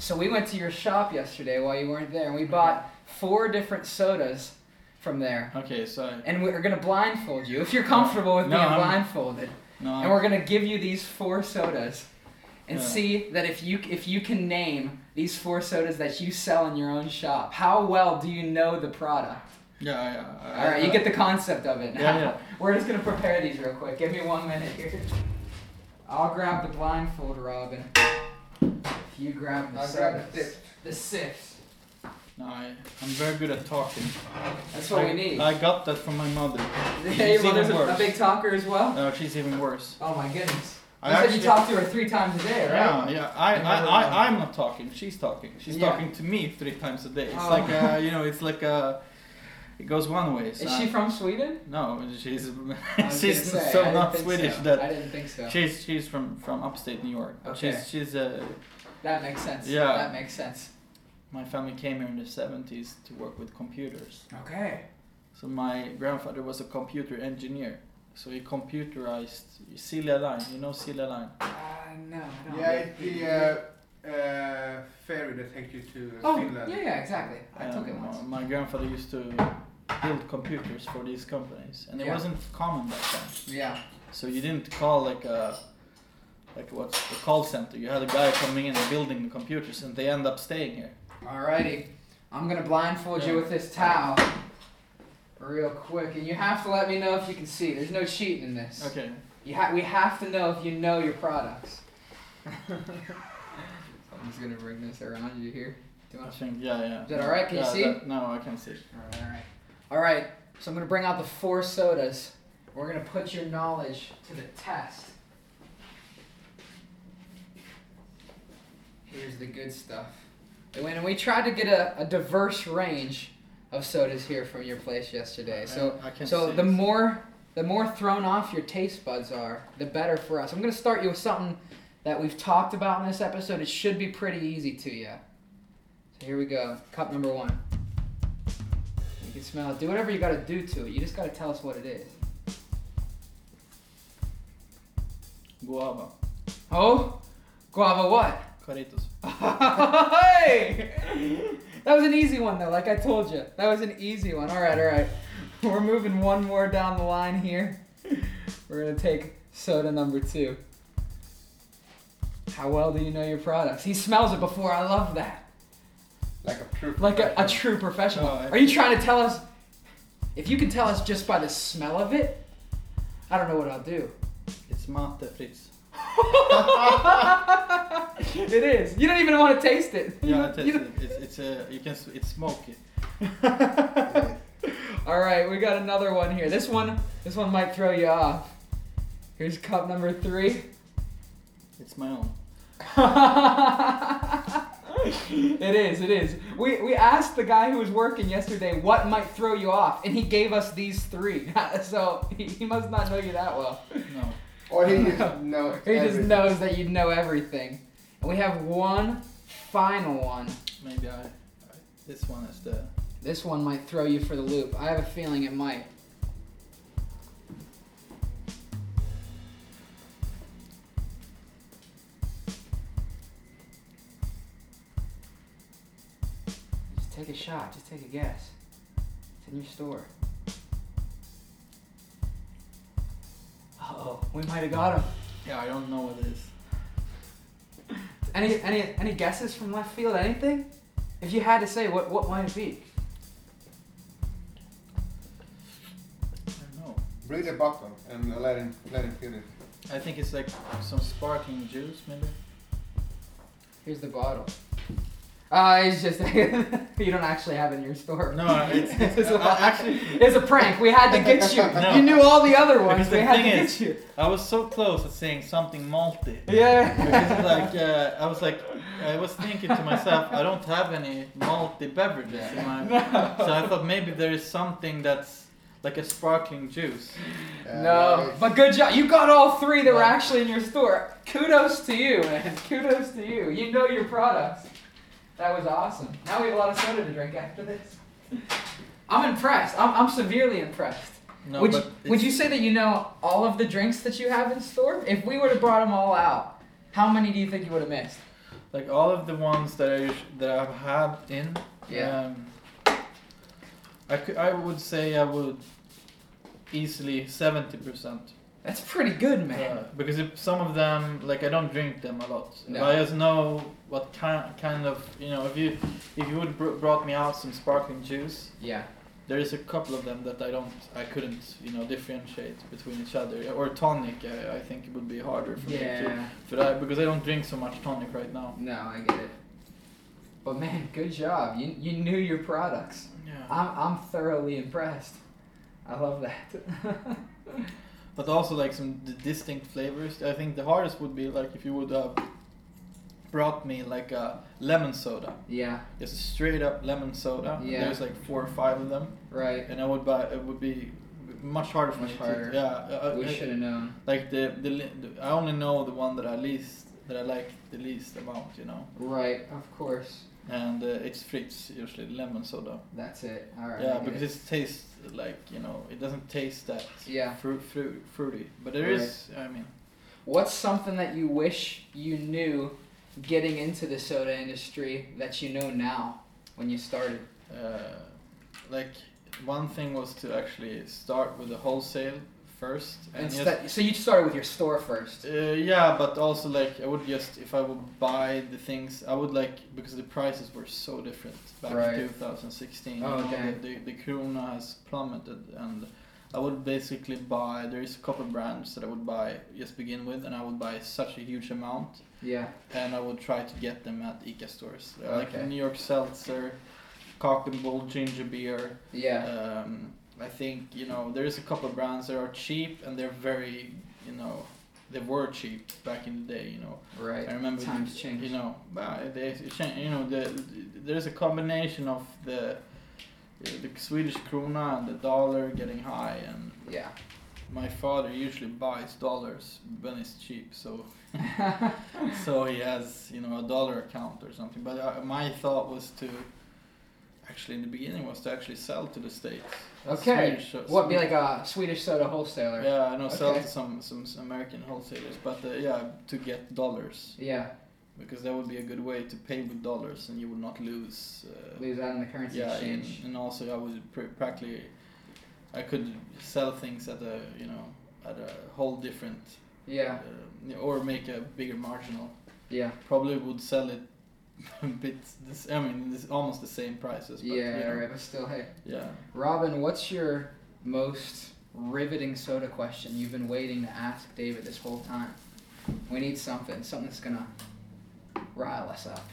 Speaker 3: So we went to your shop yesterday while you weren't there and we bought four different sodas from there.
Speaker 1: Okay, so
Speaker 3: And we're gonna blindfold you if you're comfortable with
Speaker 1: No,
Speaker 3: being
Speaker 1: I'm-
Speaker 3: blindfolded.
Speaker 1: no.
Speaker 3: And we're gonna give you these four sodas and
Speaker 1: Yeah.
Speaker 3: see that if you if you can name these four sodas that you sell in your own shop, how well do you know the product?
Speaker 1: yeah, yeah. I-
Speaker 3: All right, you
Speaker 1: I-
Speaker 3: get the concept of it. Now.
Speaker 1: Yeah, yeah.
Speaker 3: We're just gonna prepare these real quick. Give me one minute here. I'll grab the blindfold, Robin. If you grab the
Speaker 4: I'll
Speaker 3: sodas.
Speaker 4: grab the sip.
Speaker 3: The sips.
Speaker 1: No, I, I'm very good at talking.
Speaker 3: That's what
Speaker 1: I,
Speaker 3: we need. (laughs)
Speaker 1: I got that from my mother.
Speaker 3: hey, your
Speaker 1: It's even
Speaker 3: mother's a, a
Speaker 1: worse.
Speaker 3: big talker as well.
Speaker 1: No, she's even worse.
Speaker 3: Oh my goodness. You
Speaker 1: I
Speaker 3: said
Speaker 1: actually-
Speaker 3: you talked to her three times a day,
Speaker 1: Yeah,
Speaker 3: right?
Speaker 1: yeah. I,
Speaker 3: I
Speaker 1: I,
Speaker 3: never
Speaker 1: I,
Speaker 3: know.
Speaker 1: I'm not talking. She's talking. She's
Speaker 3: Yeah.
Speaker 1: talking to me three times a day. It's
Speaker 3: Oh.
Speaker 1: like
Speaker 3: (laughs)
Speaker 1: a, you know, it's like a, it goes one way. so
Speaker 3: Is she
Speaker 1: I-
Speaker 3: from Sweden?
Speaker 1: No, (laughs) she's
Speaker 3: I was
Speaker 1: she's
Speaker 3: gonna say, I
Speaker 1: so
Speaker 3: didn't
Speaker 1: not
Speaker 3: think
Speaker 1: Swedish
Speaker 3: so. I
Speaker 1: that
Speaker 3: didn't think so.
Speaker 1: she's she's from from upstate New York. But
Speaker 3: Okay.
Speaker 1: She's she's uh,
Speaker 3: That makes sense.
Speaker 1: Yeah.
Speaker 3: That makes sense.
Speaker 1: my family came here in the 70s to work with computers.
Speaker 3: Okay.
Speaker 1: So my grandfather was a computer engineer. So he computerized Celia Line. You know Celia Line.
Speaker 3: Uh, no, I don't.
Speaker 4: Yeah, it's the uh, uh, ferry that takes you to
Speaker 3: Oh, yeah,
Speaker 4: Finland.
Speaker 3: yeah, exactly. I took
Speaker 1: And
Speaker 3: it once.
Speaker 1: My grandfather used to build computers for these companies, and it
Speaker 3: Yeah.
Speaker 1: wasn't common back then.
Speaker 3: Yeah.
Speaker 1: So you didn't call like a like what's the call center. You had a guy coming in and building the computers, and they end up staying here.
Speaker 3: Alrighty. I'm gonna blindfold you
Speaker 1: Yeah.
Speaker 3: with this towel real quick, and you have to let me know if you can see. There's no cheating in this.
Speaker 1: Okay.
Speaker 3: You ha- we have to know if you know your
Speaker 1: (laughs)
Speaker 3: products. so I'm just gonna bring this around you here. Too
Speaker 1: I
Speaker 3: much.
Speaker 1: think yeah, yeah.
Speaker 3: Is that all right? Can you
Speaker 1: Yeah,
Speaker 3: see?
Speaker 1: that- no, I can see.
Speaker 3: Alright, alright. Alright, so I'm gonna bring out the four sodas. We're gonna put your knowledge to the test. Here's the good stuff. And when- and we tried to get a, a diverse range of sodas here from your place yesterday. So
Speaker 1: I, I can
Speaker 3: so
Speaker 1: see
Speaker 3: the
Speaker 1: it.
Speaker 3: more the more thrown off your taste buds are, the better for us. I'm going to start you with something that we've talked about in this episode. It should be pretty easy to you. So here we go. Cup number one. You can smell it. Do whatever you got to do to it. You just got to tell us what it is.
Speaker 1: Guava.
Speaker 3: Oh, guava what?
Speaker 1: Caritos. (laughs)
Speaker 3: hey! That was an easy one, though, like I told you. That was an easy one. All right, all right. We're moving one more down the line here. We're going to take soda number two. How well do you know your products? He smells it before. I love that.
Speaker 4: Like a true.
Speaker 3: Like a, a
Speaker 4: professional.
Speaker 3: true professional.
Speaker 1: Oh, I-
Speaker 3: Are you trying to tell us? If you can tell us just by the smell of it, I don't know what
Speaker 1: (laughs)
Speaker 3: I'll do.
Speaker 1: It's mate, Fritz.
Speaker 3: it is. You don't even want to taste it. You
Speaker 1: Yeah,
Speaker 3: don't-
Speaker 1: it
Speaker 3: you
Speaker 1: is.
Speaker 3: don't-
Speaker 1: It- It's, it's a, you can, s- it's smoky.
Speaker 3: (laughs) All right, we got another one here. This one, this one might throw you off. Here's cup number three. (laughs)
Speaker 1: It's my own.
Speaker 3: it is, it is. We we asked the guy who was working yesterday what might throw you off, and he gave us these three. (laughs) so he, he must not know you that well.
Speaker 1: No.
Speaker 4: Or he
Speaker 3: (laughs)
Speaker 4: uh, just knows.
Speaker 3: He just
Speaker 4: everything.
Speaker 3: knows that you know everything. And we have one final one.
Speaker 1: Maybe I, I- this one is the,
Speaker 3: This one might throw you for the loop. I have a feeling it might. Just take a shot. Just take a guess. It's in your store. Uh-oh. We might have got him.
Speaker 1: yeah, I don't know what it is.
Speaker 3: Any any any guesses from left field? Anything? If you had to say, what what might it be?
Speaker 1: I don't know.
Speaker 4: Breathe the bottle and let him let him feel it.
Speaker 1: I think it's like some sparkling juice, maybe.
Speaker 3: Here's the bottle. Uh, it's just (laughs) you don't actually have it in your store.
Speaker 1: No, it's, (laughs) it's,
Speaker 3: (laughs) It's a
Speaker 1: I-
Speaker 3: lie.
Speaker 1: actually,
Speaker 3: (laughs) It's a prank. We had to
Speaker 1: (laughs)
Speaker 3: get you.
Speaker 1: No.
Speaker 3: You knew all the other ones.
Speaker 1: Because
Speaker 3: We
Speaker 1: the
Speaker 3: had to
Speaker 1: thing
Speaker 3: get
Speaker 1: is-
Speaker 3: you.
Speaker 1: I was so close to saying something malty. Because
Speaker 3: Yeah.
Speaker 1: like uh, I was like I was thinking to myself, I don't have any malty beverages in
Speaker 3: (laughs)
Speaker 1: my so I thought maybe there is something that's like a sparkling juice.
Speaker 4: Uh,
Speaker 3: no,
Speaker 4: it's-
Speaker 3: but good job. You got all three that were
Speaker 1: Yeah.
Speaker 3: actually in your store. Kudos to you, man. Kudos to you. You know your products. That was awesome. Now we have a lot of soda to drink after this. I'm impressed. I'm, I'm severely impressed.
Speaker 1: No,
Speaker 3: would,
Speaker 1: but
Speaker 3: you, would
Speaker 1: it's-
Speaker 3: you say that you know all of the drinks that you have in store? If we would have brought them all out, how many do you think you would have missed?
Speaker 1: like all of the ones that I us- that I've had in.
Speaker 3: Yeah.
Speaker 1: Um, I could, I would say I would easily seventy percent.
Speaker 3: That's pretty good, man.
Speaker 1: because if some of them, like I don't drink them a lot.
Speaker 3: No.
Speaker 1: I just know what kind kind of you know if you if you would br- brought me out some sparkling juice,
Speaker 3: yeah.
Speaker 1: there is a couple of them that I don't I couldn't you know differentiate between each other or tonic. I, I think it would be harder for me to.
Speaker 3: Yeah.
Speaker 1: But I, because I don't drink so much tonic right now.
Speaker 3: No, I get it. But man, good job. You, you knew your products.
Speaker 1: Yeah.
Speaker 3: I'm, I'm thoroughly impressed. I love that. (laughs)
Speaker 1: But also like some d- distinct flavors. I think the hardest would be like if you would have brought me like a lemon soda,
Speaker 3: yeah,
Speaker 1: just a straight up lemon soda.
Speaker 3: Yeah.
Speaker 1: There's like four or five of them.
Speaker 3: right.
Speaker 1: and I would buy it would be much harder for
Speaker 3: Much
Speaker 1: me
Speaker 3: harder.
Speaker 1: to yeah uh,
Speaker 3: We
Speaker 1: uh,
Speaker 3: should have known.
Speaker 1: like the, the li- the I only know the one that I least that I like the least amount you know
Speaker 3: Right, of course.
Speaker 1: and uh, it's Fritz usually lemon soda
Speaker 3: That's it. All right. I
Speaker 1: yeah
Speaker 3: get
Speaker 1: because
Speaker 3: it.
Speaker 1: it tastes like you know it doesn't taste that
Speaker 3: Yeah.
Speaker 1: fruit, fruit fruity but there is I mean
Speaker 3: What's something that you wish you knew getting into the soda industry that you know now when you started?
Speaker 1: uh, like one thing was to actually start with the wholesale first and just
Speaker 3: Instead, so you started with your store first.
Speaker 1: Uh, yeah, but also like I would just if I would buy the things I would like because the prices were so different back
Speaker 3: Right.
Speaker 1: in 2016.
Speaker 3: Oh,
Speaker 1: you know,
Speaker 3: dang.
Speaker 1: the, the the krona has plummeted, and I would basically buy. There is a couple brands that I would buy just begin with, and I would buy such a huge amount,
Speaker 3: Yeah.
Speaker 1: and I would try to get them at Ica stores
Speaker 3: Okay.
Speaker 1: like New York Seltzer, Cock and Bull ginger beer.
Speaker 3: Yeah.
Speaker 1: Um, I think you know there is a couple of brands that are cheap and they're very you know they were cheap back in the day. You know
Speaker 3: Right.
Speaker 1: I remember
Speaker 3: Times change.
Speaker 1: You know, but they it cha- you know the, the- there's a combination of
Speaker 3: (laughs)
Speaker 1: the the Swedish krona and the dollar getting high and
Speaker 3: Yeah.
Speaker 1: my father usually buys dollars when it's cheap, so so he has you know a dollar account or something. But uh, my thought was to actually in the beginning was to actually sell to the states. That's
Speaker 3: Okay.
Speaker 1: Swedish, uh,
Speaker 3: What be
Speaker 1: Swedish-
Speaker 3: like a Swedish soda wholesaler?
Speaker 1: Yeah, I know sell
Speaker 3: Okay.
Speaker 1: to some, some s- American wholesalers, but uh, yeah, to get dollars
Speaker 3: Yeah,
Speaker 1: because that would be a good way to pay with dollars, and you would not lose. Uh,
Speaker 3: lose out on the currency
Speaker 1: yeah, and,
Speaker 3: exchange.
Speaker 1: and also I would pr- practically, I could sell things at a you know at a whole different,
Speaker 3: Yeah,
Speaker 1: uh, or make a bigger marginal.
Speaker 3: yeah,
Speaker 1: Probably would sell it (laughs) a bit. This I mean, this almost the same prices. But,
Speaker 3: yeah.
Speaker 1: you know,
Speaker 3: Right, but still, hey,
Speaker 1: Yeah.
Speaker 3: Robin, what's your most riveting soda question you've been waiting to ask David this whole time? We need something, something that's gonna rile us up.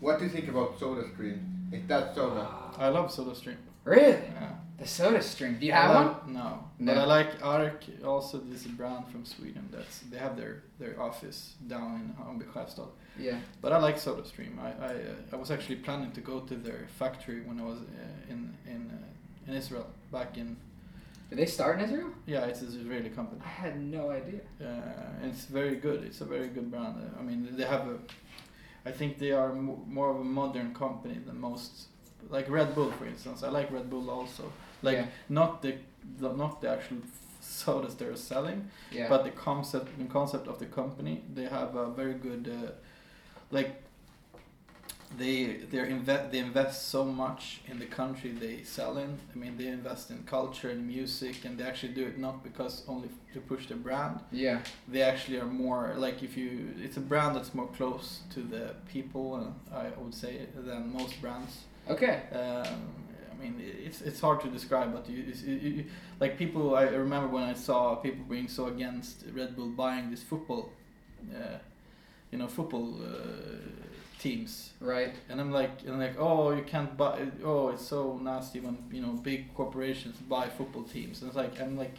Speaker 4: What do you think about Soda Stream? Is that soda?
Speaker 1: I love SodaStream.
Speaker 3: Uh, Really?
Speaker 1: Yeah.
Speaker 3: The soda stream. Do you
Speaker 1: I
Speaker 3: have one?
Speaker 1: like- No.
Speaker 3: No.
Speaker 1: But I like Ark. Also, this brand from Sweden. That's they have their their office down in Hammarby Sjöstad.
Speaker 3: Yeah.
Speaker 1: But I like SodaStream. I I, uh, I was actually planning to go to their factory when I was uh, in in uh, in Israel back in
Speaker 3: Did they start in Israel?
Speaker 1: yeah it's an Israeli company.
Speaker 3: I had no idea.
Speaker 1: Uh, and it's very good. It's a very good brand. Uh, I mean they have a. I think they are mo- more of a modern company than most. Like Red Bull, for instance. I like Red Bull also. Like
Speaker 3: yeah.
Speaker 1: not the, the not the actual (laughs) sodas they're selling.
Speaker 3: yeah.
Speaker 1: but the concept the concept of the company they have a very good uh, like they they invest they invest so much in the country they sell in i mean they invest in culture and music and they actually do it not because only to push the brand
Speaker 3: yeah.
Speaker 1: they actually are more like if you it's a brand that's more close to the people uh, i would say than most brands
Speaker 3: Okay.
Speaker 1: um, I mean, it's it's hard to describe, but you, it's, you, you like people. I remember when I saw people being so against Red Bull buying this football, uh, you know, football uh, teams,
Speaker 3: Right.
Speaker 1: and I'm like, and like, oh, you can't buy. Oh, it's so nasty when you know big corporations buy football teams, and it's like I'm like,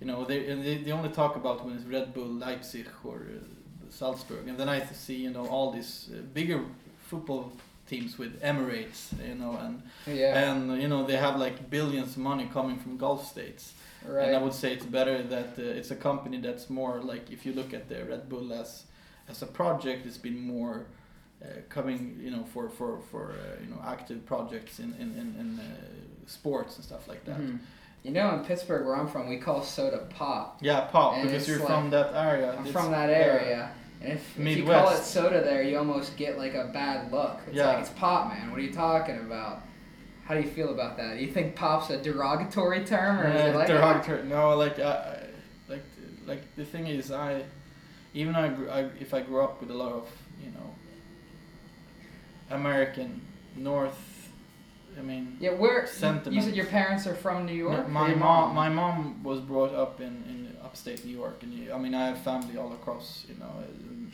Speaker 1: you know, they and they, they only talk about when it's Red Bull Leipzig or uh, Salzburg, and then I see you know all these uh, bigger football teams with Emirates, you know, and
Speaker 3: Yeah.
Speaker 1: and you know they have like billions of money coming from Gulf states.
Speaker 3: right.
Speaker 1: And I would say it's better that uh, it's a company that's more like if you look at the Red Bull as as a project, it's been more uh, coming you know for for for uh, you know active projects in in in, in uh, sports and stuff like that.
Speaker 3: Mhm. You know, in Pittsburgh, where I'm from, we call soda pop.
Speaker 1: Yeah, pop
Speaker 3: And
Speaker 1: because
Speaker 3: it's
Speaker 1: you're
Speaker 3: like-
Speaker 1: from that area.
Speaker 3: I'm
Speaker 1: It's-
Speaker 3: from that
Speaker 1: yeah.
Speaker 3: area. And if, if you call it
Speaker 1: Midwest.
Speaker 3: soda there, you almost get like a bad look. It's
Speaker 1: Yeah.
Speaker 3: like, it's pop, man. What are you talking about? How do you feel about that? You think pop's a derogatory term, or is it
Speaker 1: Uh,
Speaker 3: like
Speaker 1: derogatory. No, like I, I- like like the thing is, I even I, grew, I if I grew up with a lot of you know American North, I mean.
Speaker 3: Yeah, where you
Speaker 1: Sentiment.
Speaker 3: said your parents are from New York. or
Speaker 1: My
Speaker 3: your
Speaker 1: mom, my mom was brought up in, in upstate New York, and you- I mean I have family all across. You know, and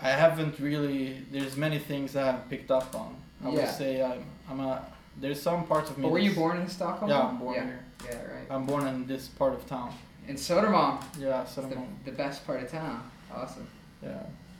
Speaker 1: I haven't really. There's many things I have picked up on. I would
Speaker 3: Yeah.
Speaker 1: say I'm, I'm a. There's some parts of me.
Speaker 3: But were you
Speaker 1: that's-
Speaker 3: born in Stockholm?
Speaker 1: Yeah, I'm born
Speaker 3: Yeah,
Speaker 1: here.
Speaker 3: yeah right.
Speaker 1: I'm born in this part of town.
Speaker 3: And Sodermalm,
Speaker 1: Yeah,
Speaker 3: is the,
Speaker 1: Solomon.
Speaker 3: the best part of town. Awesome,
Speaker 1: Yeah,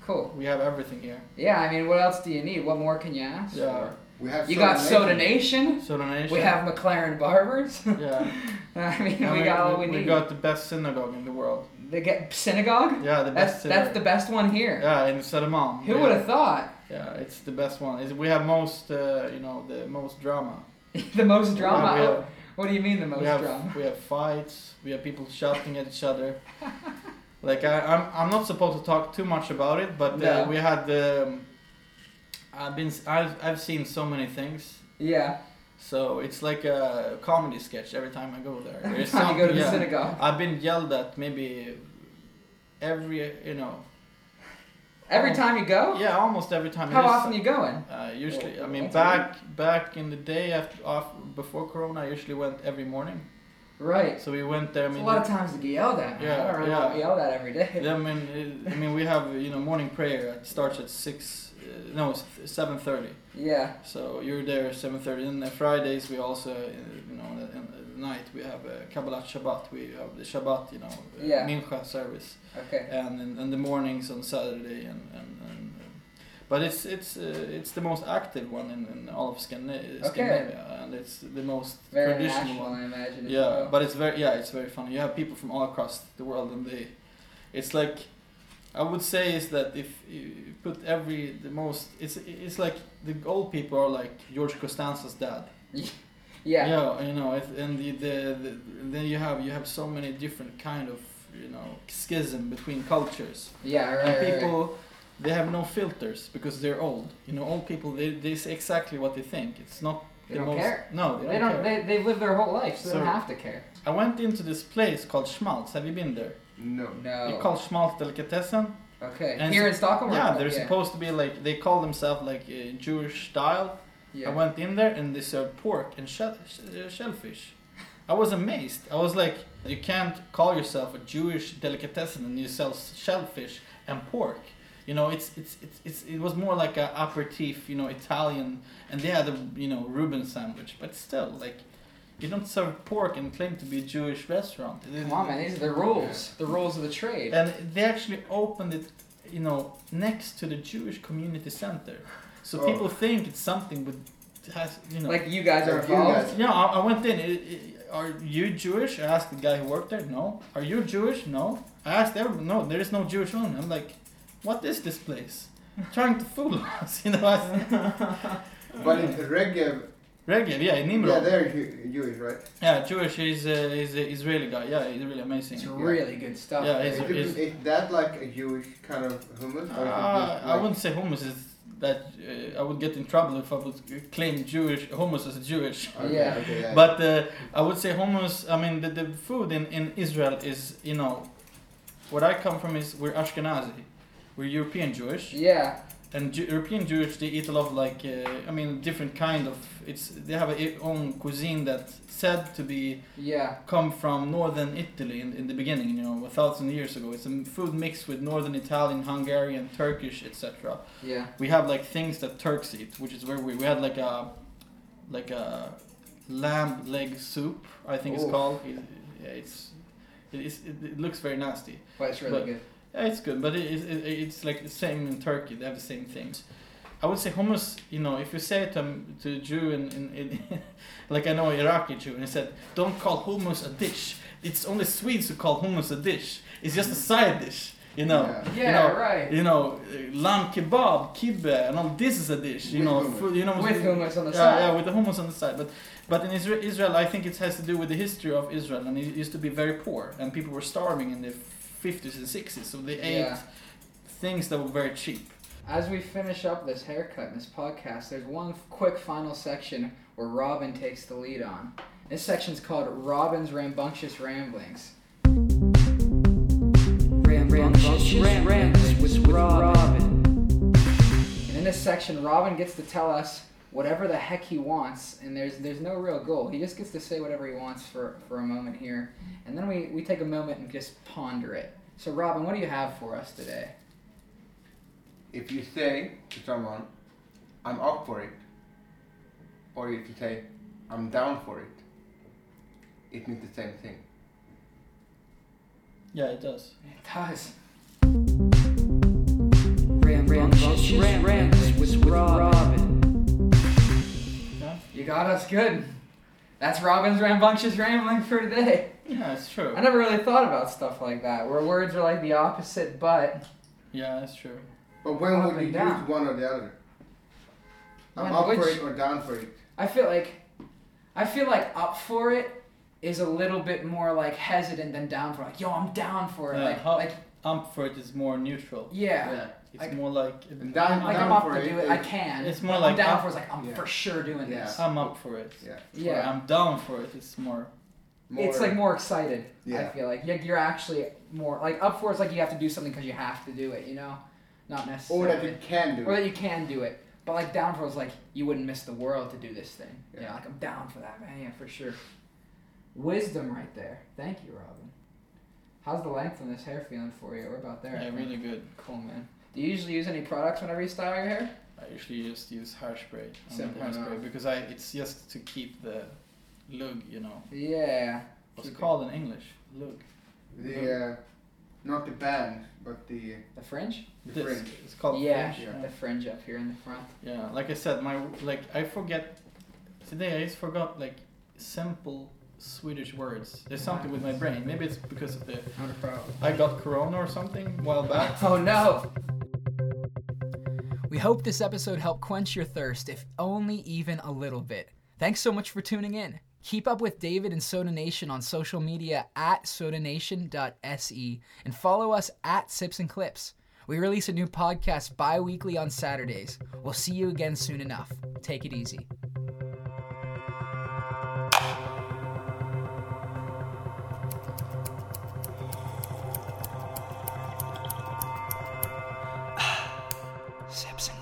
Speaker 3: cool.
Speaker 1: we have everything here.
Speaker 3: Yeah, I mean, what else do you need? What more can you ask?
Speaker 1: Yeah.
Speaker 3: for?
Speaker 4: We have
Speaker 3: You got Soda
Speaker 4: Nation.
Speaker 3: Nation.
Speaker 1: Soda Nation.
Speaker 3: We have McLaren Barbers. (laughs)
Speaker 1: Yeah.
Speaker 3: I mean,
Speaker 1: Yeah,
Speaker 3: we, got all we,
Speaker 1: we,
Speaker 3: need.
Speaker 1: got the best synagogue in the world.
Speaker 3: They get synagogue.
Speaker 1: Yeah, the
Speaker 3: That's
Speaker 1: best.
Speaker 3: that's the best one here.
Speaker 1: Yeah, in Södermalm.
Speaker 3: Who
Speaker 1: Yeah.
Speaker 3: would have thought? (laughs)
Speaker 1: Yeah, it's the best one. It's, we have most, uh, you know, the most drama.
Speaker 3: the most drama.
Speaker 1: We have,
Speaker 3: what do you mean the most
Speaker 1: we have,
Speaker 3: drama?
Speaker 1: we have fights. We have people shouting at each other. (laughs) Like I, I'm, I'm not supposed to talk too much about it, but uh,
Speaker 3: No.
Speaker 1: we had. Um, I've been, s- I've, I've seen so many things.
Speaker 3: Yeah.
Speaker 1: So it's like a comedy sketch every time I go there. (laughs)
Speaker 3: Every
Speaker 1: There's
Speaker 3: time you go to
Speaker 1: some-
Speaker 3: the
Speaker 1: yeah.
Speaker 3: synagogue.
Speaker 1: I've been yelled at maybe every you know
Speaker 3: Every
Speaker 1: Oh.
Speaker 3: time you go?
Speaker 1: yeah almost every time.
Speaker 3: How
Speaker 1: There's-
Speaker 3: often you going?
Speaker 1: Uh, usually, I mean,
Speaker 3: That's
Speaker 1: back back in the day after off before Corona, I usually went every morning.
Speaker 3: Right.
Speaker 1: So we went there. I
Speaker 3: It's
Speaker 1: mean,
Speaker 3: a lot of times to get yelled at. man.
Speaker 1: Yeah,
Speaker 3: I don't really
Speaker 1: yeah.
Speaker 3: want to yelled at every day. (laughs)
Speaker 1: I mean, uh, I mean, we have you know morning prayer. It starts at six. Uh, no, seven thirty.
Speaker 3: Yeah.
Speaker 1: So you're there seven thirty. And then Fridays we also, uh, you know, in the night we have uh, Kabbalat Shabbat. We have the Shabbat, you know, uh,
Speaker 3: Yeah.
Speaker 1: Mincha service.
Speaker 3: Okay.
Speaker 1: and in, in the mornings on Saturday and, and, and uh, But it's it's uh, it's the most active one in, in all of Scandinavia,
Speaker 3: Okay.
Speaker 1: Scandinavia, and it's the most
Speaker 3: Very
Speaker 1: traditional
Speaker 3: national,
Speaker 1: one.
Speaker 3: I imagine. as
Speaker 1: Yeah,
Speaker 3: well.
Speaker 1: but it's very yeah, it's very funny. You have people from all across the world, and they, it's like, I would say is that if you put every the most, it's it's like the old people are like George Costanza's dad.
Speaker 3: yeah.
Speaker 1: you know, it, and the, the, the then you have you have so many different kind of you know schism between cultures
Speaker 3: Yeah, right,
Speaker 1: and
Speaker 3: right, right.
Speaker 1: people they have no filters because they're old. You know, old people they, they say exactly what they think. It's not
Speaker 3: They
Speaker 1: the
Speaker 3: don't
Speaker 1: most
Speaker 3: care.
Speaker 1: no they don't,
Speaker 3: They don't.
Speaker 1: care.
Speaker 3: They, they live their whole life, so, they don't
Speaker 1: So-
Speaker 3: have to care.
Speaker 1: I went into this place called Schmaltz. Have you been there?
Speaker 4: No.
Speaker 1: They
Speaker 3: No.
Speaker 1: call Schmaltz Delicatessen.
Speaker 3: okay.
Speaker 1: and
Speaker 3: Here in Stockholm. or-
Speaker 1: yeah, they're supposed to be like they call themselves like uh, Jewish style.
Speaker 3: Yeah.
Speaker 1: I went in there and they served pork and shell, sh- uh, shellfish. I was amazed. I was like, you can't call yourself a Jewish delicatessen and you sell s- shellfish and pork. You know, it's it's it's, it's it was more like a aperitif, you know, Italian, and they had a you know Reuben sandwich, but still like. You don't serve pork and claim to be a Jewish restaurant. It-
Speaker 3: Come on, man. These are the rules. The rules of the trade.
Speaker 1: and they actually opened it, you know, next to the Jewish community center. So
Speaker 4: Oh.
Speaker 1: people think it's something with has you know.
Speaker 3: like you guys are
Speaker 4: Like you
Speaker 3: involved.
Speaker 4: guys.
Speaker 1: yeah, I, I went in. i i are you Jewish? I asked the guy who worked there. No. Are you Jewish? No. I asked everyone. No, there is no Jewish one. I'm like, what is this place? Trying to fool us, (laughs) you know. I s-
Speaker 4: But in Regev,
Speaker 1: Regev, yeah, in
Speaker 4: yeah,
Speaker 1: Nimrod. Yeah,
Speaker 4: they're Ju- Jewish, right?
Speaker 1: Jewish is uh, is a Israeli guy. Yeah, he's really amazing.
Speaker 3: It's really good stuff.
Speaker 1: Yeah,
Speaker 4: Is,
Speaker 1: it's-
Speaker 3: man.
Speaker 1: it's-
Speaker 4: is that like a Jewish kind of hummus? Or is
Speaker 3: Ah,
Speaker 4: it
Speaker 1: Uh,
Speaker 4: just
Speaker 1: I
Speaker 4: like-
Speaker 1: wouldn't say hummus is that. Uh, I would get in trouble if I would claim Jewish hummus as Jewish.
Speaker 4: Okay,
Speaker 3: Yeah.
Speaker 4: okay, yeah.
Speaker 1: But uh, I would say hummus. I mean, the, the food in, in Israel is you know, what I come from is we're Ashkenazi, we're European Jewish,
Speaker 3: yeah.
Speaker 1: and Ju- European Jewish they eat a lot of like uh, I mean different kind of it's they have a own cuisine that's said to be
Speaker 3: Yeah.
Speaker 1: come from northern Italy in, in the beginning, you know, a thousand years ago. It's a food mixed with northern Italian, Hungarian, Turkish, etc
Speaker 3: Yeah.
Speaker 1: we have like things that Turks eat, which is very weird. We had like a like a lamb leg soup, I think it's
Speaker 3: Oof.
Speaker 1: called. It, yeah, it's it, is, it, it looks very nasty.
Speaker 3: But it's really
Speaker 1: But-
Speaker 3: good.
Speaker 1: Yeah, it's good, but it, it, it, it's like the same in Turkey. They have the same things. I would say hummus. You know, if you say it to, to a Jew in, in, in (laughs) like I know an Iraqi Jew, and he said, "Don't call hummus a dish. It's only Swedes who call hummus a dish. It's just a side dish." You know
Speaker 4: Yeah.
Speaker 3: Yeah.
Speaker 1: know,
Speaker 3: right.
Speaker 1: you know, uh, lamb kebab, kibbeh, and all this is a dish. You
Speaker 4: With
Speaker 1: know,
Speaker 4: hummus.
Speaker 1: food, you know,
Speaker 3: With hummus on the
Speaker 1: yeah,
Speaker 3: side.
Speaker 1: yeah, with the hummus on the side. But, but in Israel, Israel, I think it has to do with the history of Israel, and it used to be very poor, and people were starving in the fifties and sixties, so they ate
Speaker 3: Yeah.
Speaker 1: things that were very cheap.
Speaker 3: As we finish up this haircut and this podcast, there's one quick final section where Robin takes the lead on. This section's called Robin's Rambunctious Ramblings.
Speaker 5: Rambunctious Ramblings with Robin.
Speaker 3: And in this section, Robin gets to tell us whatever the heck he wants, and there's there's no real goal. He just gets to say whatever he wants for, for a moment here. And then we, we take a moment and just ponder it. So, Robin, what do you have for us today?
Speaker 4: if you say to someone, I'm up for it, or if you say, I'm down for it, it means the same thing.
Speaker 1: Yeah, it does.
Speaker 3: It does.
Speaker 5: Rambunctious Ramblings with Robin.
Speaker 3: You got us good. That's Robin's Rambunctious Rambling for today.
Speaker 1: Yeah, it's true.
Speaker 3: I never really thought about stuff like that, where words are like the opposite, but
Speaker 1: Yeah, it's true.
Speaker 4: But when
Speaker 3: Up
Speaker 4: would you
Speaker 3: and down.
Speaker 4: use one or the other? I'm
Speaker 3: When
Speaker 4: up
Speaker 3: would
Speaker 4: for
Speaker 3: you-
Speaker 4: it or down for it.
Speaker 3: I feel like I feel like up for it is a little bit more like hesitant than down for like, yo, I'm down for it.
Speaker 1: Yeah,
Speaker 3: like,
Speaker 1: how-
Speaker 3: like
Speaker 1: Um, for it is more neutral.
Speaker 3: yeah.
Speaker 1: It's
Speaker 3: I-
Speaker 1: more like
Speaker 4: And down,
Speaker 3: Like
Speaker 4: down
Speaker 3: I'm up
Speaker 4: for
Speaker 3: to
Speaker 4: it
Speaker 3: do it.
Speaker 4: is-
Speaker 3: I can.
Speaker 1: It's more
Speaker 3: I'm
Speaker 1: like
Speaker 3: down
Speaker 1: up-
Speaker 3: for it. It's like I'm
Speaker 4: Yeah.
Speaker 3: for sure doing
Speaker 4: Yeah.
Speaker 3: this.
Speaker 1: I'm up for it.
Speaker 4: Yeah.
Speaker 1: Or
Speaker 3: Yeah.
Speaker 1: I'm down for it. It's more.
Speaker 4: More,
Speaker 3: It's like more excited. I
Speaker 4: Yeah.
Speaker 3: feel like you're, you're actually more like up for it's like you have to do something because you have to do it. You know, not necessarily.
Speaker 4: Or that you can do
Speaker 3: or
Speaker 4: it.
Speaker 3: that you can do it. But like down for is like you wouldn't miss the world to do this thing. Yeah,
Speaker 4: Yeah.
Speaker 3: like I'm down for that, man. Yeah, for sure. Wisdom right there. Thank you, Robin. How's the length on this hair feeling for you? We're about there. I
Speaker 1: Yeah,
Speaker 3: think.
Speaker 1: really good.
Speaker 3: cool, man. Do you usually use any products whenever you style your hair?
Speaker 1: I usually just use hairspray. I mean,
Speaker 3: Simple
Speaker 1: hairspray
Speaker 3: enough.
Speaker 1: because I it's just to keep the lug, you know.
Speaker 3: Yeah.
Speaker 1: What's
Speaker 3: Keep
Speaker 1: it
Speaker 3: it-
Speaker 1: called in English? Lug.
Speaker 4: The, uh, Not the band, but the,
Speaker 6: The fringe?
Speaker 4: the
Speaker 1: This-
Speaker 4: fringe.
Speaker 1: It's called
Speaker 6: yeah,
Speaker 1: Oh, fringe,
Speaker 6: the fringe up here in the front.
Speaker 1: Yeah, like I said, my like I forget today. I just forgot like simple Swedish words. There's something with my brain. Maybe it's because of the
Speaker 3: Not a problem.
Speaker 1: I got corona or something a while back.
Speaker 3: (laughs)
Speaker 6: Oh no!
Speaker 3: We hope this episode helped quench your thirst, if only even a little bit. Thanks so much for tuning in. Keep up with David and Soda Nation on social media at sodanation.se and follow us at Sips and Clips. We release a new podcast bi weekly on Saturdays. We'll see you again soon enough. Take it easy. Sips and